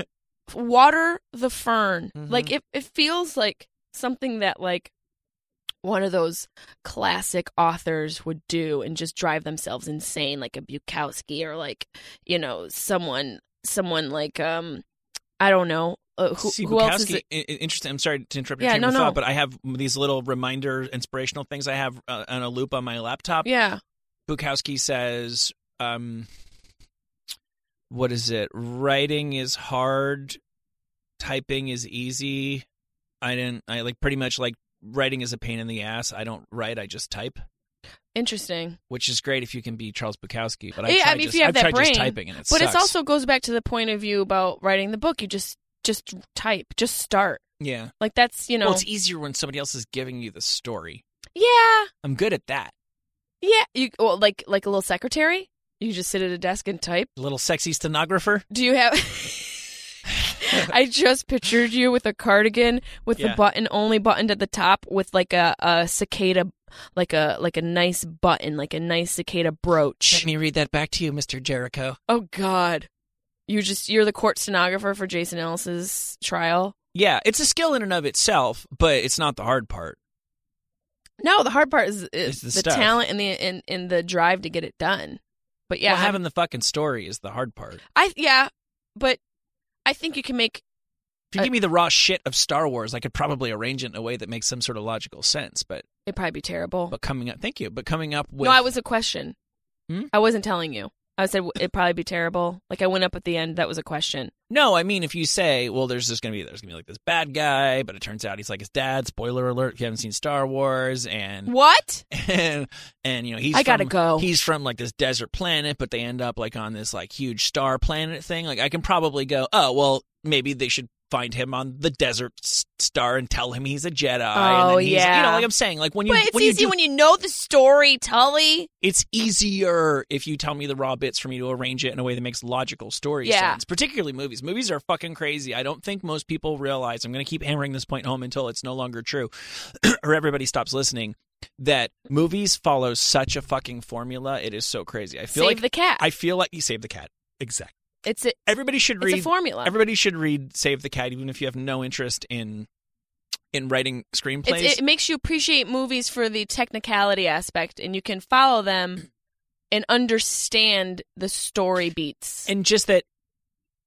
Speaker 3: Water the fern.
Speaker 2: Mhm.
Speaker 3: Like it it feels like something that like one of those classic authors would do and just drive themselves insane like a Bukowski or like you know someone someone like um I don't know uh, who,
Speaker 2: See,
Speaker 3: who else is
Speaker 2: Bukowski-
Speaker 3: it?
Speaker 2: i- i- interesting. I'm sorry to interrupt your
Speaker 3: Yeah,
Speaker 2: train
Speaker 3: no,
Speaker 2: of
Speaker 3: no.
Speaker 2: thought, but I have these little reminder inspirational things I have uh, on a loop on my laptop.
Speaker 3: Yeah.
Speaker 2: Bukowski says, um, what is it? Writing is hard, typing is easy. I didn't, I like pretty much like writing is a pain in the ass. I don't write, I just type,
Speaker 3: Interesting.
Speaker 2: which is great if you can be Charles Bukowski. But I
Speaker 3: Yeah, I
Speaker 2: try
Speaker 3: mean, if
Speaker 2: just,
Speaker 3: you have
Speaker 2: I've
Speaker 3: that
Speaker 2: tried
Speaker 3: brain.
Speaker 2: just typing and it
Speaker 3: But it's
Speaker 2: sucks.
Speaker 3: also goes back to the point of view about writing the book. You just just type, just start.
Speaker 2: yeah.
Speaker 3: Like that's, you know.
Speaker 2: Well, it's easier when somebody else is giving you the story.
Speaker 3: yeah.
Speaker 2: I'm good at that.
Speaker 3: Yeah, you well, like like a little secretary. You just sit at a desk and type.
Speaker 2: little sexy stenographer.
Speaker 3: Do you [LAUGHS] have? I just pictured you with a cardigan with
Speaker 2: Yeah.
Speaker 3: the button only buttoned at the top with like a, a cicada, like a like a nice button, like a nice cicada brooch.
Speaker 2: me read that back to you, Mr. Jericho.
Speaker 3: Oh God, you just you're the court stenographer for Jason Ellis's trial.
Speaker 2: Yeah, it's a skill in and of itself, but it's not the hard part.
Speaker 3: No, the hard part is, is
Speaker 2: It's the
Speaker 3: the,
Speaker 2: stuff.
Speaker 3: talent and the and, and the drive to get it done. But yeah,
Speaker 2: well,
Speaker 3: I'm-
Speaker 2: having the fucking story is the hard part.
Speaker 3: I yeah, but I think you can make
Speaker 2: If you
Speaker 3: I-
Speaker 2: give me the raw shit of Star Wars, I could probably arrange it in a way that makes some sort of logical sense. But
Speaker 3: it. Probably be terrible.
Speaker 2: but coming up, thank you. But coming up with
Speaker 3: No, I was a question.
Speaker 2: Hmm?
Speaker 3: I wasn't telling you. I said it'd probably be terrible. Like I went up at the end. That was a question.
Speaker 2: No, I mean if you say, well, there's just gonna be there's gonna be like this bad guy, but it turns out he's like his dad. Spoiler alert: if you haven't seen Star Wars, and
Speaker 3: What?
Speaker 2: [LAUGHS] and and you know he's
Speaker 3: I gotta
Speaker 2: from-
Speaker 3: go.
Speaker 2: He's from like this desert planet, but they end up like on this like huge star planet thing. Like I can probably go, oh well, maybe they should find him on the desert s- star and tell him he's a Jedi. and
Speaker 3: Oh,
Speaker 2: then he's, you know,
Speaker 3: yeah.
Speaker 2: like I'm saying, like when you
Speaker 3: but it's
Speaker 2: when
Speaker 3: easy
Speaker 2: you do,
Speaker 3: when you know the story, Tully.
Speaker 2: it's easier if you tell me the raw bits for me to arrange it in a way that makes logical story
Speaker 3: Yeah.
Speaker 2: sense. Particularly movies. Movies are fucking crazy. I don't think most people realize. I'm going to keep hammering this point home until it's no longer true, [CLEARS THROAT] or everybody stops listening. That movies follow such a fucking formula. It is so crazy. I feel
Speaker 3: Save
Speaker 2: like
Speaker 3: the cat.
Speaker 2: I feel like you save the cat. Exactly.
Speaker 3: it's a
Speaker 2: Everybody should
Speaker 3: it's a
Speaker 2: read.
Speaker 3: formula.
Speaker 2: Everybody should read Save the Cat, even if you have no interest in in writing screenplays.
Speaker 3: It's, it makes you appreciate movies for the technicality aspect, and you can
Speaker 2: [CLEARS THROAT]
Speaker 3: follow them and understand the story beats.
Speaker 2: and just that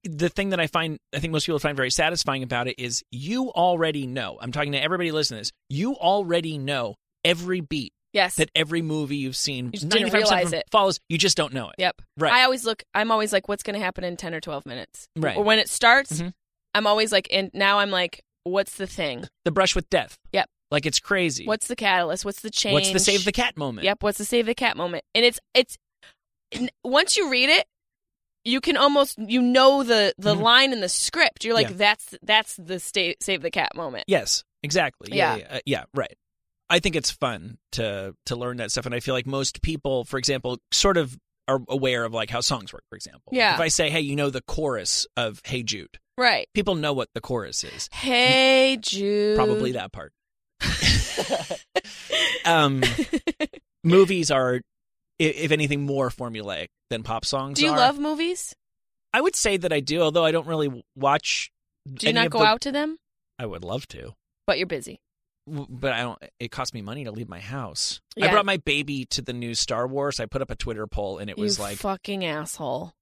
Speaker 2: the thing that I find, I think most people find very satisfying about it is you already know. I'm talking to everybody listening to this. You already know every beat
Speaker 3: yes.
Speaker 2: that every movie you've seen.
Speaker 3: You just didn't
Speaker 2: 95% of
Speaker 3: realize
Speaker 2: them
Speaker 3: it.
Speaker 2: follows. You just don't know it.
Speaker 3: Yep.
Speaker 2: Right.
Speaker 3: I always look. I'm always like, what's going to happen in ten or twelve minutes?
Speaker 2: Right.
Speaker 3: Or when it starts,
Speaker 2: Mhm.
Speaker 3: I'm always like, and now I'm like, what's the thing?
Speaker 2: the brush with death.
Speaker 3: Yep.
Speaker 2: Like it's crazy.
Speaker 3: What's the catalyst? What's the change?
Speaker 2: What's the save the cat moment?
Speaker 3: Yep. What's the save the cat moment? And it's it's and once you read it, you can almost you know the the
Speaker 2: Mhm.
Speaker 3: line in the script. You're like
Speaker 2: Yeah.
Speaker 3: that's that's the sta- save the cat moment.
Speaker 2: Yes, exactly. Yeah, yeah,
Speaker 3: Yeah.
Speaker 2: uh, yeah, right. I think it's fun to to learn that stuff, and I feel like most people, for example, sort of are aware of like how songs work. For example,
Speaker 3: Yeah.
Speaker 2: If I say, "Hey, you know the chorus of Hey Jude,"
Speaker 3: Right.
Speaker 2: people know what the chorus is.
Speaker 3: Hey Jude.
Speaker 2: Probably
Speaker 3: [LAUGHS]
Speaker 2: that part. um, movies are, i- if anything, more formulaic than pop songs.
Speaker 3: Do you
Speaker 2: are.
Speaker 3: love movies?
Speaker 2: I would say that I do, although I don't really watch.
Speaker 3: Do you
Speaker 2: any
Speaker 3: not
Speaker 2: of
Speaker 3: go
Speaker 2: the-
Speaker 3: out to them?
Speaker 2: I would love to.
Speaker 3: But you're busy.
Speaker 2: W- but I don't. It cost me money to leave my house. I
Speaker 3: Yeah.
Speaker 2: brought my baby to the new Star Wars. I put up a Twitter poll, and it was
Speaker 3: you
Speaker 2: like
Speaker 3: fucking asshole.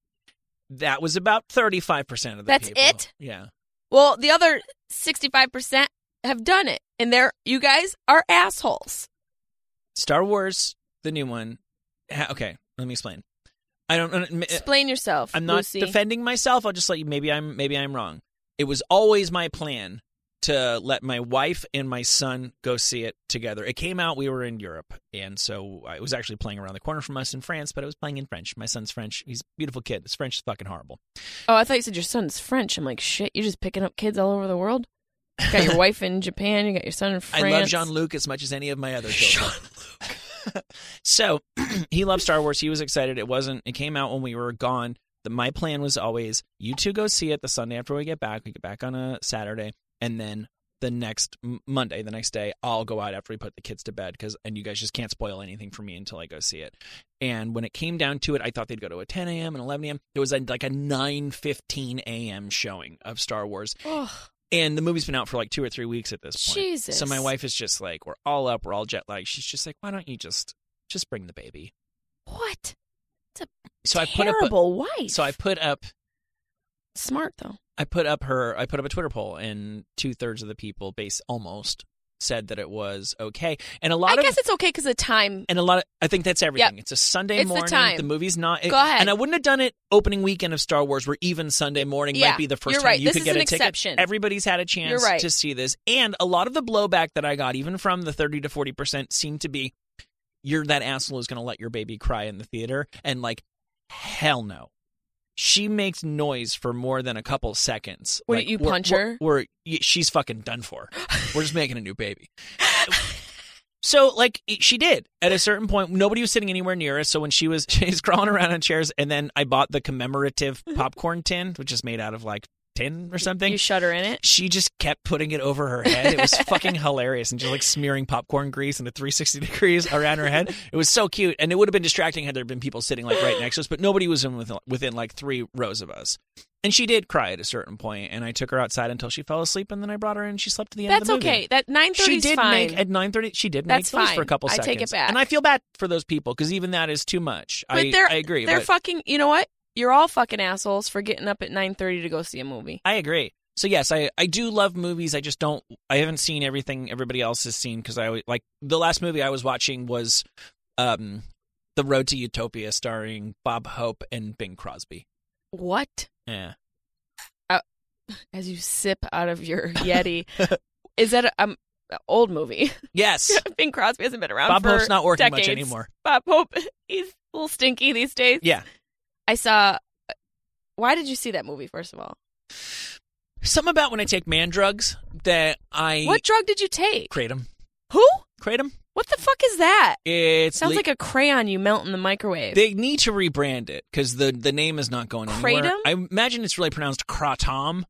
Speaker 2: that was about thirty five percent of the
Speaker 3: That's
Speaker 2: people.
Speaker 3: it?
Speaker 2: Yeah,
Speaker 3: Well, the other 65% have done it, and they're you guys are assholes.
Speaker 2: Star Wars, the new one. Ha- okay, let me explain. I don't. uh, m- uh,
Speaker 3: Explain yourself.
Speaker 2: I'm not
Speaker 3: Lucy.
Speaker 2: defending myself. I'll just let you. Maybe I'm. Maybe I'm wrong. It was always my plan to let my wife and my son go see it together. It came out. We were in Europe, and so I- it was actually playing around the corner from us in France. But it was playing in French. My son's French. He's a beautiful kid. His French is fucking horrible.
Speaker 3: Oh, I thought you said your son's French. I'm like, shit, you're just picking up kids all over the world. You
Speaker 2: [LAUGHS]
Speaker 3: got your wife in Japan, you got your son in France.
Speaker 2: I love Jean Luc as much as any of my other children. [LAUGHS] so [CLEARS THROAT] he loved Star Wars. He was excited. It wasn't. It came out when we were gone. The, my plan was always: you two go see it the Sunday after we get back. We get back on a Saturday, and then the next m- Monday, the next day, I'll go out after we put the kids to bed because, and you guys just can't spoil anything for me until I go see it. And when it came down to it, I thought they'd go to a 10 a.m. and 11 a.m. There was a, like a 9:15 a.m. showing of Star Wars,
Speaker 3: Ugh.
Speaker 2: And the movie's been out for like two or three weeks at this point.
Speaker 3: Jesus.
Speaker 2: So my wife is just like, we're all up, we're all jet lagged. She's just like, why don't you just just bring the baby?
Speaker 3: What?
Speaker 2: So I put up
Speaker 3: Terrible
Speaker 2: a,
Speaker 3: wife.
Speaker 2: so I put up
Speaker 3: Smart though.
Speaker 2: I put up her I put up a Twitter poll and two thirds of the people base almost said that it was okay. And a lot
Speaker 3: I
Speaker 2: of
Speaker 3: guess it's okay because of time.
Speaker 2: and a lot of I think that's everything. It's a Sunday
Speaker 3: Um, It's the
Speaker 2: morning.
Speaker 3: time.
Speaker 2: movie's not
Speaker 3: Go ahead.
Speaker 2: And I wouldn't have done it opening weekend of Star Wars where even Sunday morning
Speaker 3: Yeah,
Speaker 2: might be the 1st
Speaker 3: you're
Speaker 2: time
Speaker 3: right.
Speaker 2: you
Speaker 3: This
Speaker 2: could
Speaker 3: is
Speaker 2: get
Speaker 3: an
Speaker 2: a ticket.
Speaker 3: exception.
Speaker 2: Everybody's had a chance
Speaker 3: You're right.
Speaker 2: to see this. And a lot of the blowback that I got even from the 30 to 40% seemed to be you're that asshole who's going to let your baby cry in the theater and like hell no. She makes noise for more than a couple seconds.
Speaker 3: What,
Speaker 2: Like,
Speaker 3: you
Speaker 2: we're-
Speaker 3: punch
Speaker 2: we're-
Speaker 3: her?
Speaker 2: We're, y- she's fucking done for. We're just making a new baby. So, like, it- she did. At a certain point, nobody was sitting anywhere near us. So when she was, [LAUGHS] she's crawling around on chairs, and then I bought the commemorative popcorn tin, which is made out of like tin or something.
Speaker 3: Mm-hmm. You shut her in it.
Speaker 2: she just kept putting it over her head. It was
Speaker 3: [LAUGHS]
Speaker 2: fucking hilarious, and just like smearing popcorn grease into 360 degrees around her head. It was so cute, and it would have been distracting had there been people sitting like right next to us, but nobody was in within, within like three rows of us. And she did cry at a certain point, and I took her outside until she fell asleep, and then I brought her in. and She slept to the end
Speaker 3: That's
Speaker 2: of the movie.
Speaker 3: okay. That nine thirty
Speaker 2: She
Speaker 3: is
Speaker 2: did
Speaker 3: fine.
Speaker 2: make at nine thirty. She did
Speaker 3: That's
Speaker 2: make noise for a
Speaker 3: fine.
Speaker 2: couple
Speaker 3: I
Speaker 2: seconds.
Speaker 3: take it back.
Speaker 2: and I feel bad for those people because even that is too much.
Speaker 3: But
Speaker 2: I,
Speaker 3: they're-
Speaker 2: I agree.
Speaker 3: They're
Speaker 2: but
Speaker 3: fucking. You know what? You're all fucking assholes for getting up at nine thirty to go see a movie.
Speaker 2: I agree. So yes, I, I do love movies. I just don't. I haven't seen everything everybody else has seen because I always- like the last movie I was watching was, um, The Road to Utopia, starring Bob Hope and Bing Crosby.
Speaker 3: What?
Speaker 2: Yeah,
Speaker 3: As you sip out of
Speaker 2: [LAUGHS]
Speaker 3: your Yeti, is that a um, a old movie? [LAUGHS]
Speaker 2: yes.
Speaker 3: Bing Crosby hasn't been around.
Speaker 2: Bob
Speaker 3: for
Speaker 2: Hope's not working
Speaker 3: decades.
Speaker 2: much anymore.
Speaker 3: Bob Hope, [LAUGHS] he's a little stinky these days.
Speaker 2: Yeah.
Speaker 3: I saw. Why did you see that movie? First of all,
Speaker 2: Something about when I take man drugs that I
Speaker 3: what drug did you take?
Speaker 2: kratom.
Speaker 3: Who?
Speaker 2: Kratom.
Speaker 3: What the fuck is that?
Speaker 2: It's
Speaker 3: Sounds
Speaker 2: le-
Speaker 3: like a crayon you melt in the microwave.
Speaker 2: They need to rebrand it because the the name is not going anywhere.
Speaker 3: Kratom?
Speaker 2: I imagine it's really pronounced kratom.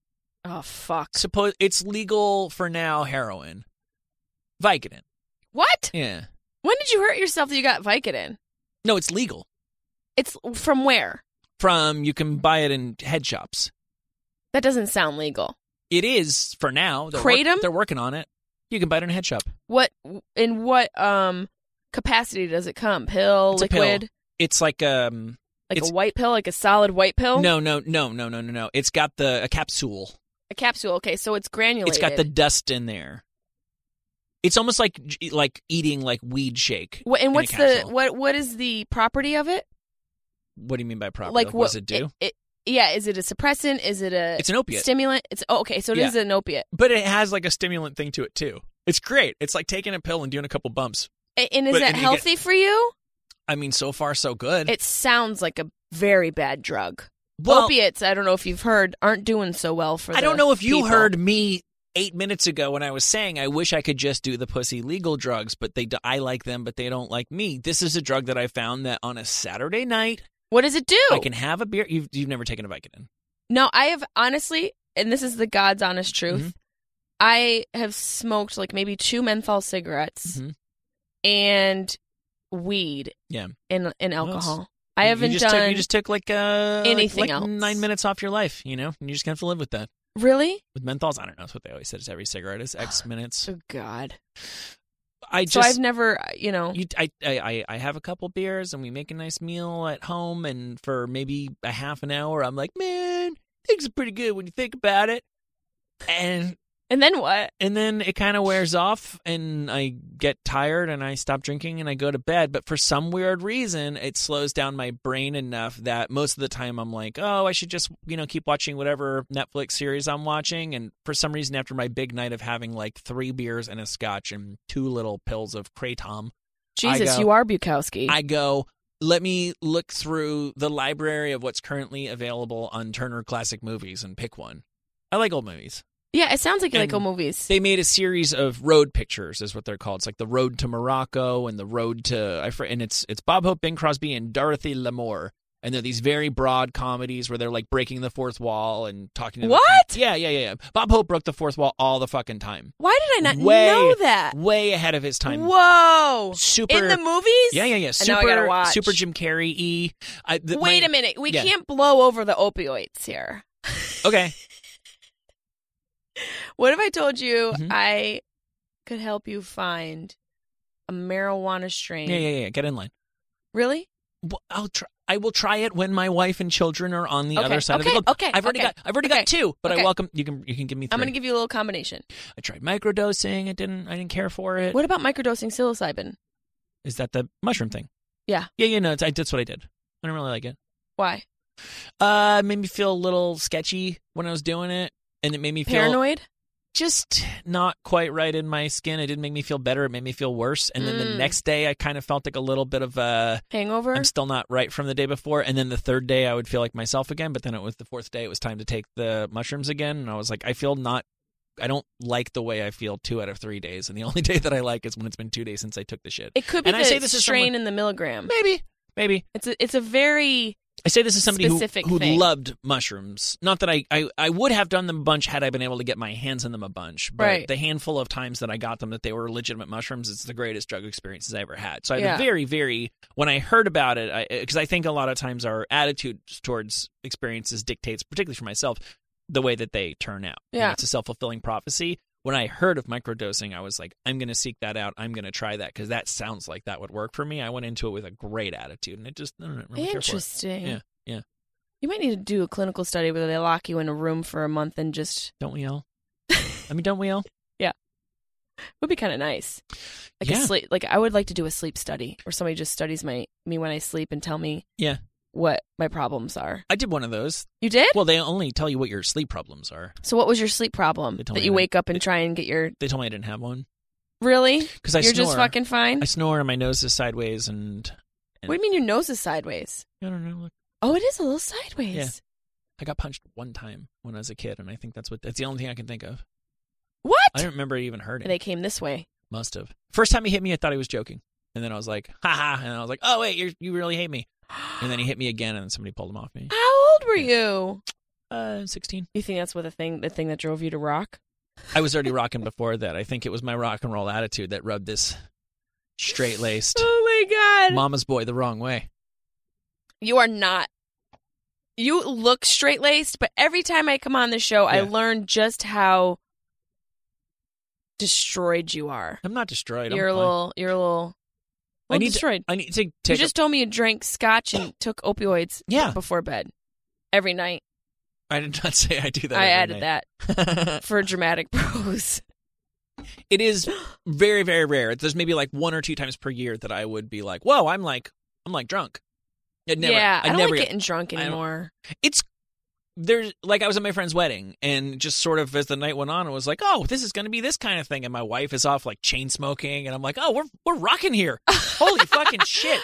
Speaker 3: oh fuck!
Speaker 2: Suppose it's legal for now. Heroin, Vicodin.
Speaker 3: What?
Speaker 2: Yeah.
Speaker 3: When did you hurt yourself that you got Vicodin?
Speaker 2: No, it's legal.
Speaker 3: It's from where?
Speaker 2: From you can buy it in head shops.
Speaker 3: That doesn't sound legal.
Speaker 2: It is for now. They're
Speaker 3: Kratom?
Speaker 2: they're working on it. You can buy it in a head shop.
Speaker 3: What in what um capacity does it come? Pill,
Speaker 2: It's a pill.
Speaker 3: liquid,
Speaker 2: It's like um
Speaker 3: like
Speaker 2: It's-
Speaker 3: a white pill, like a solid white pill?
Speaker 2: no no no no no no no. It's got the a capsule.
Speaker 3: a capsule. Okay, so it's granulated.
Speaker 2: It's got the dust in there. It's almost like like eating like weed shake.
Speaker 3: What,
Speaker 2: in a
Speaker 3: and what's the
Speaker 2: capsule.
Speaker 3: what? What is the property of it?
Speaker 2: What do you mean by property?
Speaker 3: Like
Speaker 2: what,
Speaker 3: what
Speaker 2: does it do?
Speaker 3: It, uh, yeah, is it a suppressant? Is it a
Speaker 2: it's an opiate.
Speaker 3: stimulant? It's oh, okay, so it is
Speaker 2: Yeah.
Speaker 3: an opiate.
Speaker 2: but it has like a stimulant thing to it too. It's great. It's like taking a pill and doing a couple bumps.
Speaker 3: A- And is
Speaker 2: But
Speaker 3: that
Speaker 2: if you get-
Speaker 3: healthy for you?
Speaker 2: I mean, so far so good.
Speaker 3: It sounds like a very bad drug.
Speaker 2: well,
Speaker 3: Opiates, I don't know if you've heard, aren't doing so well for.
Speaker 2: I don't
Speaker 3: the
Speaker 2: know if you
Speaker 3: people.
Speaker 2: heard me eight minutes ago when I was saying I wish I could just do the pussy legal drugs, but they d- I like them, but they don't like me. This is a drug that I found that on a Saturday night
Speaker 3: What does it do?
Speaker 2: I can have a beer. You've you've never taken a Vicodin.
Speaker 3: No, I have honestly, and this is the God's honest truth.
Speaker 2: Mm-hmm.
Speaker 3: I have smoked like maybe two menthol cigarettes
Speaker 2: Mhm.
Speaker 3: and weed.
Speaker 2: Yeah.
Speaker 3: And and
Speaker 2: Well, it's-
Speaker 3: alcohol. I
Speaker 2: You-
Speaker 3: haven't
Speaker 2: you just
Speaker 3: done
Speaker 2: Took, you just took like uh, like-
Speaker 3: anything
Speaker 2: like
Speaker 3: else.
Speaker 2: nine minutes off your life. You know, and you're just gonna have to live with that.
Speaker 3: really.
Speaker 2: With menthols, I don't know. That's what they always said. Is every cigarette is
Speaker 3: [SIGHS]
Speaker 2: X minutes.
Speaker 3: Oh God.
Speaker 2: I
Speaker 3: so
Speaker 2: just
Speaker 3: I've never, uh, you know,
Speaker 2: You, I, I, I- I have a couple beers and we make a nice meal at home. And for maybe a half an hour, I'm like, man, things are pretty good when you think about it. And
Speaker 3: and then what?
Speaker 2: and then it kind of wears off, and I get tired, and I stop drinking, and I go to bed. But for some weird reason, it slows down my brain enough that most of the time I'm like, oh, I should just you know keep watching whatever Netflix series I'm watching. And for some reason, after my big night of having like three beers and a scotch and two little pills of kratom.
Speaker 3: Jesus,
Speaker 2: go-
Speaker 3: you are Bukowski.
Speaker 2: I go, let me look through the library of what's currently available on Turner Classic Movies and pick one. I like old movies.
Speaker 3: yeah, it sounds like you like
Speaker 2: and
Speaker 3: old movies.
Speaker 2: They made a series of road pictures, is what they're called. It's like the Road to Morocco and the Road to I fr- and it's it's Bob Hope, Bing Crosby, and Dorothy L'Amour. And they're these very broad comedies where they're like breaking the fourth wall and talking. To the-
Speaker 3: What?
Speaker 2: yeah, yeah, yeah, yeah. Bob Hope broke the fourth wall all the fucking time.
Speaker 3: Why did I not
Speaker 2: Way-
Speaker 3: know that?
Speaker 2: Way ahead of his [LAUGHS] time.
Speaker 3: Whoa!
Speaker 2: Super
Speaker 3: In the movies?
Speaker 2: Yeah, yeah, yeah.
Speaker 3: And now I
Speaker 2: Super,
Speaker 3: gotta watch.
Speaker 2: super Jim Carrey. E. I, the,
Speaker 3: Wait
Speaker 2: my-
Speaker 3: a minute. We
Speaker 2: yeah.
Speaker 3: can't blow over the opioids here.
Speaker 2: Okay.
Speaker 3: What if I told you
Speaker 2: Mhm.
Speaker 3: I could help you find a marijuana strain?
Speaker 2: Yeah, yeah, yeah. Get in line.
Speaker 3: Really?
Speaker 2: Well, I'll try. I will try it when my wife and children are on the
Speaker 3: Okay,
Speaker 2: other side of the
Speaker 3: okay,
Speaker 2: globe.
Speaker 3: okay,
Speaker 2: I've already
Speaker 3: okay,
Speaker 2: got. I've already
Speaker 3: okay,
Speaker 2: got two, but I
Speaker 3: okay.
Speaker 2: welcome. You can. You can give me. Three.
Speaker 3: I'm going to give you a little combination.
Speaker 2: I tried microdosing. I didn't. I didn't care for it. Is
Speaker 3: What about microdosing psilocybin?
Speaker 2: that the mushroom thing?
Speaker 3: Yeah.
Speaker 2: Yeah. Yeah. No. It's, I, that's what I did. I didn't really like it.
Speaker 3: Why?
Speaker 2: Uh, it made me feel a little sketchy when I was doing it, and it made me feel
Speaker 3: Paranoid?
Speaker 2: just not quite right in my skin. It didn't make me feel better. It made me feel worse. And then the
Speaker 3: Mm.
Speaker 2: next day, I kind of felt like a little bit of a.
Speaker 3: Hangover?
Speaker 2: I'm still not right from the day before. And then the third day, I would feel like myself again. But then it was the fourth day, it was time to take the mushrooms again. And I was like, I feel not, I don't like the way I feel two out of three days. And the [LAUGHS] only day that I like is when it's been two days since I took the shit.
Speaker 3: It could be
Speaker 2: And
Speaker 3: the
Speaker 2: I say this is
Speaker 3: strain
Speaker 2: someone-
Speaker 3: in the milligram.
Speaker 2: Maybe, maybe.
Speaker 3: It's a, it's a very
Speaker 2: I say this is somebody who,
Speaker 3: Specific
Speaker 2: who
Speaker 3: thing.
Speaker 2: loved mushrooms. Not that I, I, I would have done them a bunch had I been able to get my hands on them a bunch. But
Speaker 3: Right.
Speaker 2: the handful of times that I got them that they were legitimate mushrooms, it's the greatest drug experiences I ever had. So I
Speaker 3: Yeah.
Speaker 2: had a very, very, when I heard about it, because I, think a lot of times our attitude towards experiences dictates, particularly for myself, the way that they turn out. You know,
Speaker 3: Yeah.
Speaker 2: it's a self fulfilling prophecy. When I heard of microdosing, I was like, I'm going to seek that out. I'm going to try that because that sounds like that would work for me. I went into it with a great attitude and it just, I don't know, really care for it.
Speaker 3: interesting.
Speaker 2: Yeah, yeah.
Speaker 3: You might need to do a clinical study where they lock you in a room for a month and just
Speaker 2: Don't we [LAUGHS] all? I mean, don't we all?
Speaker 3: would be kind of nice. Like
Speaker 2: Yeah.
Speaker 3: a sleep like I would like to do a sleep study where somebody just studies my me when I sleep and tell me
Speaker 2: Yeah.
Speaker 3: what my problems are.
Speaker 2: I did one of those.
Speaker 3: You did?
Speaker 2: Well, they only tell you what your sleep problems are.
Speaker 3: So what was your sleep problem
Speaker 2: They told
Speaker 3: that
Speaker 2: me
Speaker 3: you
Speaker 2: that-
Speaker 3: wake up and try and get your
Speaker 2: They told me I didn't have one
Speaker 3: really?
Speaker 2: because I
Speaker 3: You're
Speaker 2: snore.
Speaker 3: just fucking fine.
Speaker 2: I snore and my nose is sideways, and
Speaker 3: what do you mean your nose is sideways?
Speaker 2: I don't know. Look,
Speaker 3: Oh, it is a little sideways.
Speaker 2: Yeah. I got punched one time when I was a kid, and I think that's what that's the only thing I can think of.
Speaker 3: What?
Speaker 2: I don't remember even hurting.
Speaker 3: They came this way.
Speaker 2: Must have. First time he hit me, I thought he was joking, and then I was like, "Ha ha!" and I was like, "Oh wait, you you really hate me." And then he hit me again, and then somebody pulled him off [GASPS] me.
Speaker 3: How old were you?
Speaker 2: Uh, sixteen.
Speaker 3: You think that's what the thing the thing that drove you to rock?
Speaker 2: I was already rocking before that. I think it was my rock and roll attitude that rubbed this straight laced
Speaker 3: Oh [LAUGHS] my god.
Speaker 2: mama's boy the wrong way.
Speaker 3: You are not. You look straight laced, but every time I come on the show, I
Speaker 2: Yeah.
Speaker 3: learn just how destroyed you are.
Speaker 2: I'm not destroyed.
Speaker 3: You're
Speaker 2: I'm
Speaker 3: a
Speaker 2: fine.
Speaker 3: little. You're a little.
Speaker 2: I
Speaker 3: Well,
Speaker 2: need to
Speaker 3: destroyed.
Speaker 2: I need to take.
Speaker 3: you just told me you drank scotch and took opioids.
Speaker 2: Yeah.
Speaker 3: Before bed, every night.
Speaker 2: I did not [LAUGHS] say I do that.
Speaker 3: I
Speaker 2: every
Speaker 3: added
Speaker 2: night.
Speaker 3: that for dramatic [LAUGHS] prose.
Speaker 2: [LAUGHS] it is very very rare. There's maybe like one or two times per year that I would be like, "Whoa, I'm like I'm like drunk." I'd never,
Speaker 3: yeah,
Speaker 2: I'd
Speaker 3: I do not
Speaker 2: never
Speaker 3: like getting drunk
Speaker 2: I don't-
Speaker 3: anymore.
Speaker 2: it's there's like I was at my friend's wedding and just sort of as the night went on, I was like, oh, this is going to be this kind of thing. And my wife is off like chain smoking, and I'm like, oh, we're we're rocking here. Holy fucking shit!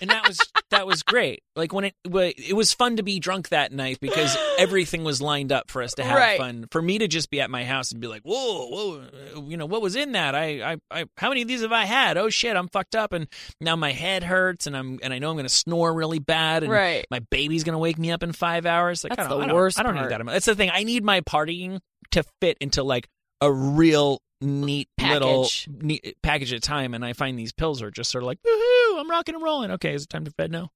Speaker 2: And that was that was great. Like when it wa- it was fun to be drunk that night because everything was lined up for us to have
Speaker 3: Right.
Speaker 2: fun. For me to just be at my house and be like, whoa, whoa, you know what was in that? I, I, I, how many of these have I had? Oh shit, I'm fucked up, and now my head hurts, and I'm and I know I'm going to snore really bad, and
Speaker 3: Right.
Speaker 2: my baby's gonna wake me up in five hours. Like,
Speaker 3: That's
Speaker 2: I don't,
Speaker 3: the
Speaker 2: I don't-
Speaker 3: worst
Speaker 2: I don't
Speaker 3: part.
Speaker 2: need that. amount. That's the thing. I need my partying to fit into like a real neat little
Speaker 3: Package.
Speaker 2: neat eh, package at a time, and I find these pills are just sort of like, woohoo, I'm rocking and rolling. Okay, is it time to bed now?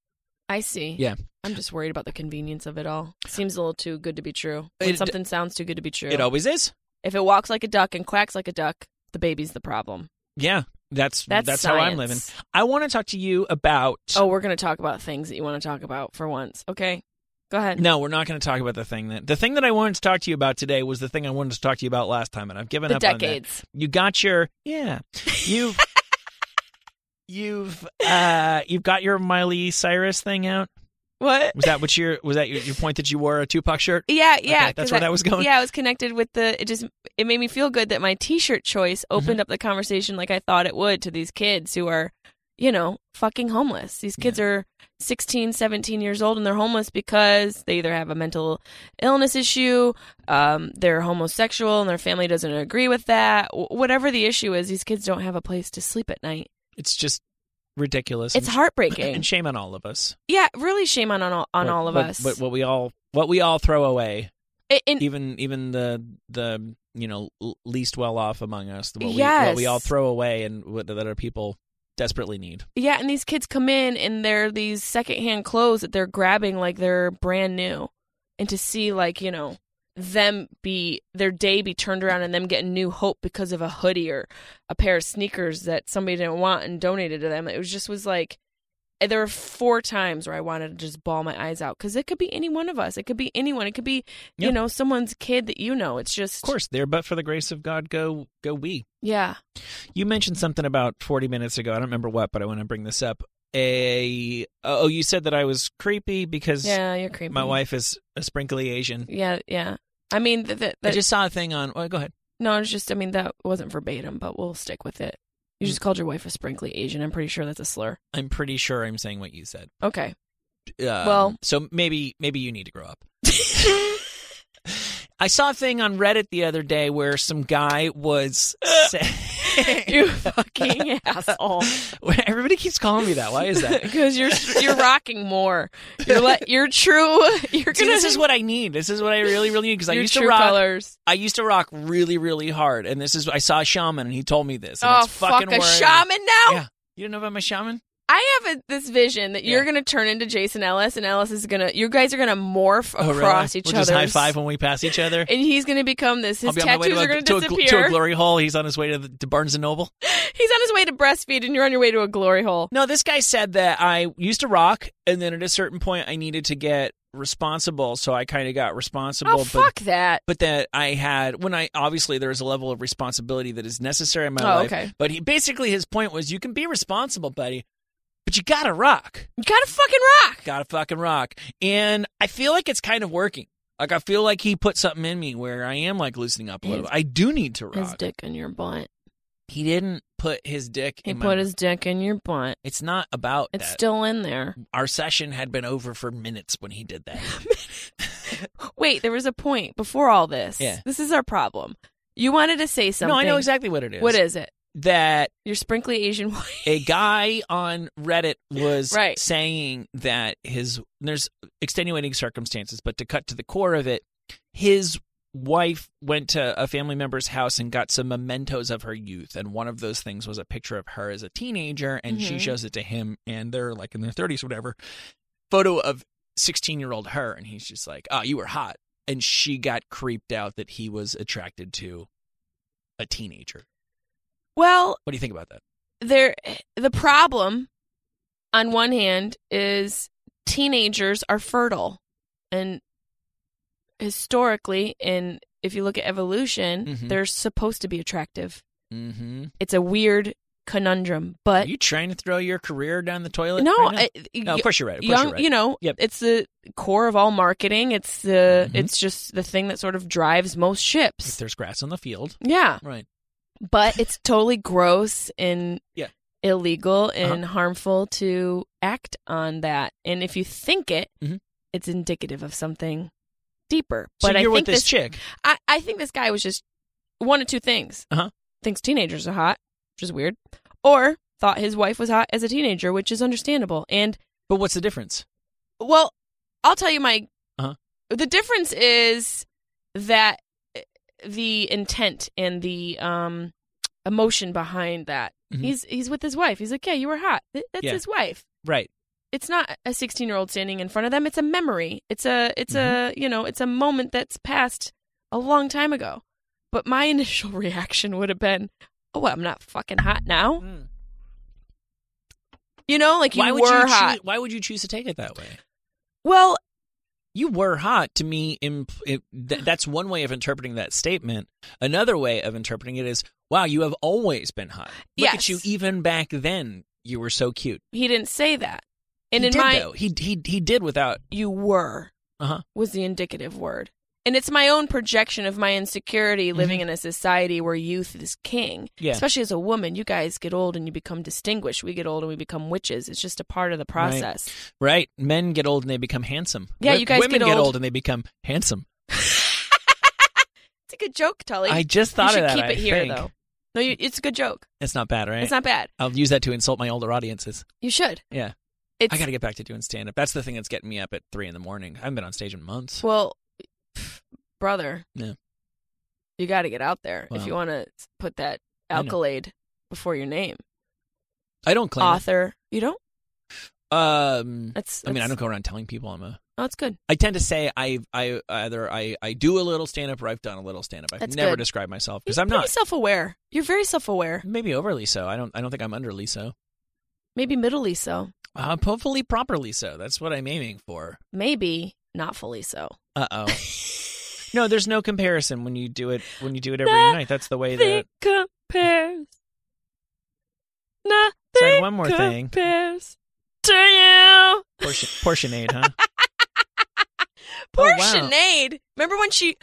Speaker 3: I see.
Speaker 2: Yeah.
Speaker 3: I'm just worried about the convenience of it all. Seems a little too good to be true. When
Speaker 2: It-
Speaker 3: something sounds too good to be true.
Speaker 2: It always is.
Speaker 3: If it walks like a duck and quacks like a duck, the baby's the problem.
Speaker 2: Yeah, that's
Speaker 3: That's
Speaker 2: that's, how I'm living.
Speaker 3: science.
Speaker 2: I want to talk to you about.
Speaker 3: Oh, we're gonna talk about things that you want to talk about for once. Okay, go ahead.
Speaker 2: No, we're not going to talk about the thing that the thing that I wanted to talk to you about today was the thing I wanted to talk to you about last time, and I've given
Speaker 3: the
Speaker 2: up on that.
Speaker 3: decades.
Speaker 2: you got your yeah
Speaker 3: [LAUGHS]
Speaker 2: you've you've uh you've got your miley cyrus thing out
Speaker 3: What?
Speaker 2: was that what your was that your, your point that you wore a tupac shirt
Speaker 3: Yeah, yeah.
Speaker 2: Okay, that's
Speaker 3: 'cause
Speaker 2: where that was going?
Speaker 3: Yeah, I was connected with the. It just it made me feel good that my T-shirt choice opened up the conversation like I thought it would to these kids who are, you know, fucking homeless. These kids are 16, 17 years old and they're homeless because they either have a mental illness issue, um, they're homosexual and their family doesn't agree with that. Wh- Whatever the issue is, these kids don't have a place to sleep at night.
Speaker 2: it's just ridiculous
Speaker 3: It's
Speaker 2: and,
Speaker 3: heartbreaking.
Speaker 2: [LAUGHS] and shame on all of us
Speaker 3: yeah, really shame on on all, on
Speaker 2: What-
Speaker 3: all of
Speaker 2: what-
Speaker 3: us.
Speaker 2: what, what we all what we all throw away
Speaker 3: I- and-
Speaker 2: even even the the you know l- least well off among us what we, what we
Speaker 3: Yes.
Speaker 2: all throw away and what that our people desperately need
Speaker 3: Yeah, and these kids come in and they're these secondhand clothes that they're grabbing like they're brand new. And to see like, you know, them be their day be turned around and them getting new hope because of a hoodie or a pair of sneakers that somebody didn't want and donated to them. It was just was like eh, there were four times where I wanted to just bawl my eyes out because it could be any one of us. It could be anyone. It could be
Speaker 2: Yeah.
Speaker 3: you know someone's kid that you know. It's just
Speaker 2: Of course, there but for the grace of God go go we.
Speaker 3: yeah.
Speaker 2: You mentioned something about 40 minutes ago. I don't remember what, but I want to bring this up. A oh, you said that I was creepy because
Speaker 3: Yeah, you're creepy.
Speaker 2: my wife is a sprinkly Asian.
Speaker 3: Yeah, yeah. I mean, that. that
Speaker 2: I just saw a thing on. Well, go ahead.
Speaker 3: no, it's just. I mean, that wasn't verbatim, but we'll stick with it. You
Speaker 2: Mm.
Speaker 3: just called your wife a sprinkly Asian. I'm pretty sure that's a slur.
Speaker 2: I'm pretty sure I'm saying what you said.
Speaker 3: Okay.
Speaker 2: Um, [LAUGHS]
Speaker 3: Well-
Speaker 2: so maybe maybe you need to grow
Speaker 3: [LAUGHS]
Speaker 2: up. I saw a thing on Reddit the other day where some guy was. sa-
Speaker 3: [LAUGHS] you fucking asshole.
Speaker 2: [LAUGHS] Everybody keeps calling me that. Why is that?
Speaker 3: Because [LAUGHS] you're you're rocking more.
Speaker 2: [LAUGHS]
Speaker 3: You're let you're true. You're gonna.
Speaker 2: See, this is what I need. This is what I really, really need because I
Speaker 3: your
Speaker 2: used
Speaker 3: true
Speaker 2: to rock.
Speaker 3: colors.
Speaker 2: I used to rock really, really hard, and this is I saw a shaman, and he told me this. And
Speaker 3: Oh
Speaker 2: it's fucking
Speaker 3: fuck a
Speaker 2: worrying.
Speaker 3: shaman now.
Speaker 2: Yeah. You didn't know about my shaman?
Speaker 3: I have a, this vision that you're
Speaker 2: Yeah.
Speaker 3: gonna turn into Jason Ellis, and Ellis is gonna. You guys are gonna morph
Speaker 2: Oh, really?
Speaker 3: across each
Speaker 2: we'll
Speaker 3: other.
Speaker 2: just high five when we pass each other.
Speaker 3: And he's gonna become this. His
Speaker 2: I'll be on my way
Speaker 3: tattoos
Speaker 2: to a,
Speaker 3: are gonna
Speaker 2: to, a, gl- to
Speaker 3: disappear.
Speaker 2: a glory hole. He's on his way to, the, to Barnes and Noble.
Speaker 3: He's on his way to breastfeed, and you're on your way to a glory hole.
Speaker 2: No, this guy said that I used to rock, and then at a certain point, I needed to get responsible, so I kind of got responsible.
Speaker 3: oh
Speaker 2: but
Speaker 3: fuck that!
Speaker 2: but that I had when I obviously there is a level of responsibility that is necessary in my
Speaker 3: Oh,
Speaker 2: life.
Speaker 3: okay.
Speaker 2: But he basically his point was you can be responsible, buddy, but you gotta rock.
Speaker 3: You gotta fucking rock.
Speaker 2: Gotta fucking rock. And I feel like it's kind of working. Like I feel like he put something in me where I am like loosening up a little.
Speaker 3: His-
Speaker 2: I do need to
Speaker 3: His
Speaker 2: rock.
Speaker 3: dick in your butt.
Speaker 2: He didn't put his dick
Speaker 3: He
Speaker 2: in
Speaker 3: put
Speaker 2: my
Speaker 3: his dick in your butt.
Speaker 2: It's not about
Speaker 3: It's
Speaker 2: that.
Speaker 3: still in there.
Speaker 2: Our session had been over for minutes when he did
Speaker 3: [LAUGHS]
Speaker 2: that.
Speaker 3: Wait, there was a point before all this.
Speaker 2: Yeah.
Speaker 3: This is our problem. You wanted to say something.
Speaker 2: No, I know exactly what it is.
Speaker 3: What is it?
Speaker 2: that
Speaker 3: Your sprinkly Asian [LAUGHS] wife.
Speaker 2: a guy on Reddit was
Speaker 3: Right.
Speaker 2: saying that his there's extenuating circumstances, but to cut to the core of it, his wife went to a family member's house and got some mementos of her youth, and one of those things was a picture of her as a teenager, and she
Speaker 3: Mhm.
Speaker 2: shows it to him, and they're like in their thirties, whatever. Photo of sixteen year old her, and he's just like, "Oh, you were hot," and she got creeped out that he was attracted to a teenager.
Speaker 3: Well,
Speaker 2: What do you think about that?
Speaker 3: there the problem on one hand is teenagers are fertile and historically and if you look at evolution
Speaker 2: Mhm.
Speaker 3: they're supposed to be attractive
Speaker 2: Mm-hmm.
Speaker 3: it's a weird conundrum but
Speaker 2: Are you trying to throw your career down the toilet?
Speaker 3: Uh, no,
Speaker 2: right now?
Speaker 3: I,
Speaker 2: no, of course you're right. Of course
Speaker 3: young
Speaker 2: you're Oh, right.
Speaker 3: you know
Speaker 2: Yep.
Speaker 3: it's the core of all marketing it's the
Speaker 2: Mhm.
Speaker 3: it's just the thing that sort of drives most
Speaker 2: if
Speaker 3: ships
Speaker 2: there's grass on the field,
Speaker 3: yeah
Speaker 2: right?
Speaker 3: but it's totally gross and
Speaker 2: Yeah. Uh-huh.
Speaker 3: illegal and harmful to act on that. And if you think it,
Speaker 2: Mhm.
Speaker 3: it's indicative of something deeper.
Speaker 2: So
Speaker 3: But I
Speaker 2: you're
Speaker 3: think
Speaker 2: with this, chick.
Speaker 3: I, I think this guy was just one of two things:
Speaker 2: Uh-huh.
Speaker 3: thinks teenagers are hot, which is weird, or thought his wife was hot as a teenager, which is understandable. And
Speaker 2: But what's the difference?
Speaker 3: well, I'll tell you my.
Speaker 2: Uh-huh.
Speaker 3: The difference is that eh, the intent and the um, emotion behind that.
Speaker 2: Mhm.
Speaker 3: He's he's with his wife. He's like, yeah, you were hot. Th- That's
Speaker 2: Yeah.
Speaker 3: his wife.
Speaker 2: Right.
Speaker 3: It's not a 16 year old standing in front of them. It's a memory. It's a it's
Speaker 2: Mm-hmm.
Speaker 3: a you know it's a moment that's passed a long time ago. But my [LAUGHS] initial reaction would have been, oh, I'm not fucking hot now. You know, like you
Speaker 2: Hmm. Why would
Speaker 3: were
Speaker 2: you choo-
Speaker 3: hot.
Speaker 2: Why would you choose to take it that way?
Speaker 3: Well,
Speaker 2: You were hot to me. Imp- it, th- that's one way of interpreting that statement. Another way of interpreting it is, wow, you have always been hot. Look at
Speaker 3: Yes.
Speaker 2: you. Even back then, you were so cute.
Speaker 3: he didn't say that. And
Speaker 2: he
Speaker 3: in
Speaker 2: did,
Speaker 3: my
Speaker 2: though. He he he did without.
Speaker 3: you were
Speaker 2: Uh-huh.
Speaker 3: was the indicative word. And it's my own projection of my insecurity living in a society where youth is king.
Speaker 2: Mm-hmm. Yeah.
Speaker 3: Especially as a woman, you guys get old and you become distinguished. We get old and we become witches. It's just a part of the process.
Speaker 2: Right. Men get old and they become handsome.
Speaker 3: Yeah,
Speaker 2: Wo-
Speaker 3: you guys
Speaker 2: women
Speaker 3: get
Speaker 2: get
Speaker 3: old.
Speaker 2: old and they become handsome.
Speaker 3: It's a good joke, Tully.
Speaker 2: I just thought
Speaker 3: you should
Speaker 2: of that.
Speaker 3: keep
Speaker 2: I
Speaker 3: it here
Speaker 2: think.
Speaker 3: though. No, you, it's a good joke.
Speaker 2: It's not bad, right?
Speaker 3: It's not bad.
Speaker 2: I'll use that to insult my older audiences.
Speaker 3: You should.
Speaker 2: Yeah.
Speaker 3: It's
Speaker 2: I got to get back to doing stand up. That's the thing that's getting me up at three in the morning. I haven't been on stage in months.
Speaker 3: [LAUGHS] well, pff, brother.
Speaker 2: Yeah.
Speaker 3: You got to get out there
Speaker 2: Wow.
Speaker 3: if you want to put that
Speaker 2: I know.
Speaker 3: accolade before your name.
Speaker 2: I don't claim.
Speaker 3: Author. You don't.
Speaker 2: it. Um,
Speaker 3: That's,
Speaker 2: I mean, I
Speaker 3: that's-
Speaker 2: don't go around telling people I'm a
Speaker 3: Oh, it's good.
Speaker 2: I tend to say I I either I, I do a little stand up or I've done a little stand up. I've
Speaker 3: That's
Speaker 2: never
Speaker 3: good.
Speaker 2: described myself
Speaker 3: You're
Speaker 2: because I'm
Speaker 3: pretty
Speaker 2: not
Speaker 3: self-aware. You're very self-aware.
Speaker 2: maybe overly so. I don't I don't think I'm underly so.
Speaker 3: Maybe middly so.
Speaker 2: Uh, hopefully properly so. That's what I'm aiming for.
Speaker 3: Maybe not fully so.
Speaker 2: Uh
Speaker 3: [LAUGHS]
Speaker 2: oh. no, there's no comparison when you do it when you do it every
Speaker 3: Nah,
Speaker 2: night. That's the way that.
Speaker 3: Think compares. Nothing
Speaker 2: Said one more thing. Oh,
Speaker 3: compares to you.
Speaker 2: Portion, portionade,
Speaker 3: [LAUGHS]
Speaker 2: huh?
Speaker 3: Poor
Speaker 2: Oh, wow.
Speaker 3: Sinead. Remember when she?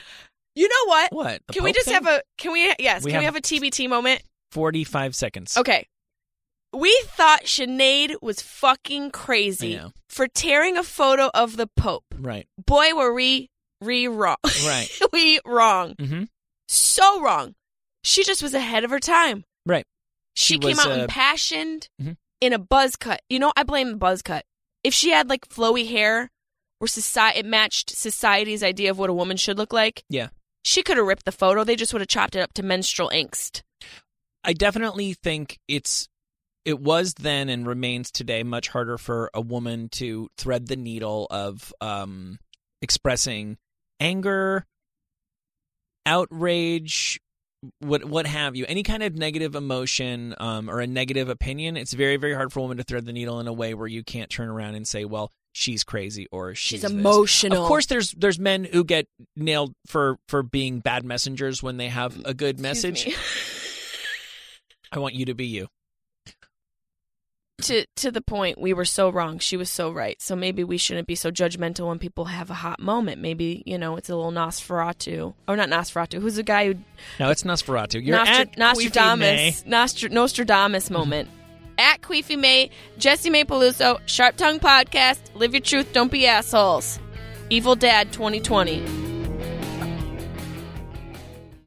Speaker 3: You know what?
Speaker 2: What?
Speaker 3: Can we just have a? Can we? Yes.
Speaker 2: We
Speaker 3: can we
Speaker 2: have-
Speaker 3: have a TBT moment?
Speaker 2: forty-five seconds?
Speaker 3: Okay. We thought Sinead was fucking
Speaker 2: I
Speaker 3: crazy
Speaker 2: know.
Speaker 3: for tearing a photo of the Pope.
Speaker 2: Right.
Speaker 3: Boy, were we re wrong.
Speaker 2: Right.
Speaker 3: we wrong.
Speaker 2: Mm-hmm.
Speaker 3: So wrong. She just was ahead of her time.
Speaker 2: Right.
Speaker 3: She,
Speaker 2: She
Speaker 3: came
Speaker 2: was,
Speaker 3: out
Speaker 2: uh,
Speaker 3: impassioned
Speaker 2: Mhm.
Speaker 3: in a buzz cut. You know, I blame the buzz cut. If she had like flowy hair where society it matched society's idea of what a woman should look like.
Speaker 2: Yeah.
Speaker 3: She could have ripped the photo. They just would have chopped it up to menstrual angst.
Speaker 2: I definitely think it's it was then and remains today much harder for a woman to thread the needle of um expressing anger, outrage, what what have you, any kind of negative emotion um or a negative opinion. It's very very hard for a woman to thread the needle in a way where you can't turn around and say, well, she's crazy or she's,
Speaker 3: She's,
Speaker 2: this.
Speaker 3: emotional.
Speaker 2: Of course, there's there's men who get nailed for for being bad messengers when they have a good message.
Speaker 3: Excuse me.
Speaker 2: I want you to be you.
Speaker 3: to to the point we were so wrong she was so right so maybe we shouldn't be so judgmental when people have a hot moment maybe you know it's a little nosferatu or not nosferatu who's the guy who
Speaker 2: No, it's Nosferatu. You're
Speaker 3: Nostra-
Speaker 2: at
Speaker 3: nostradamus Nostra- nostradamus moment at queefy may jesse may peluso sharp tongue podcast live your truth don't be assholes evil dad 2020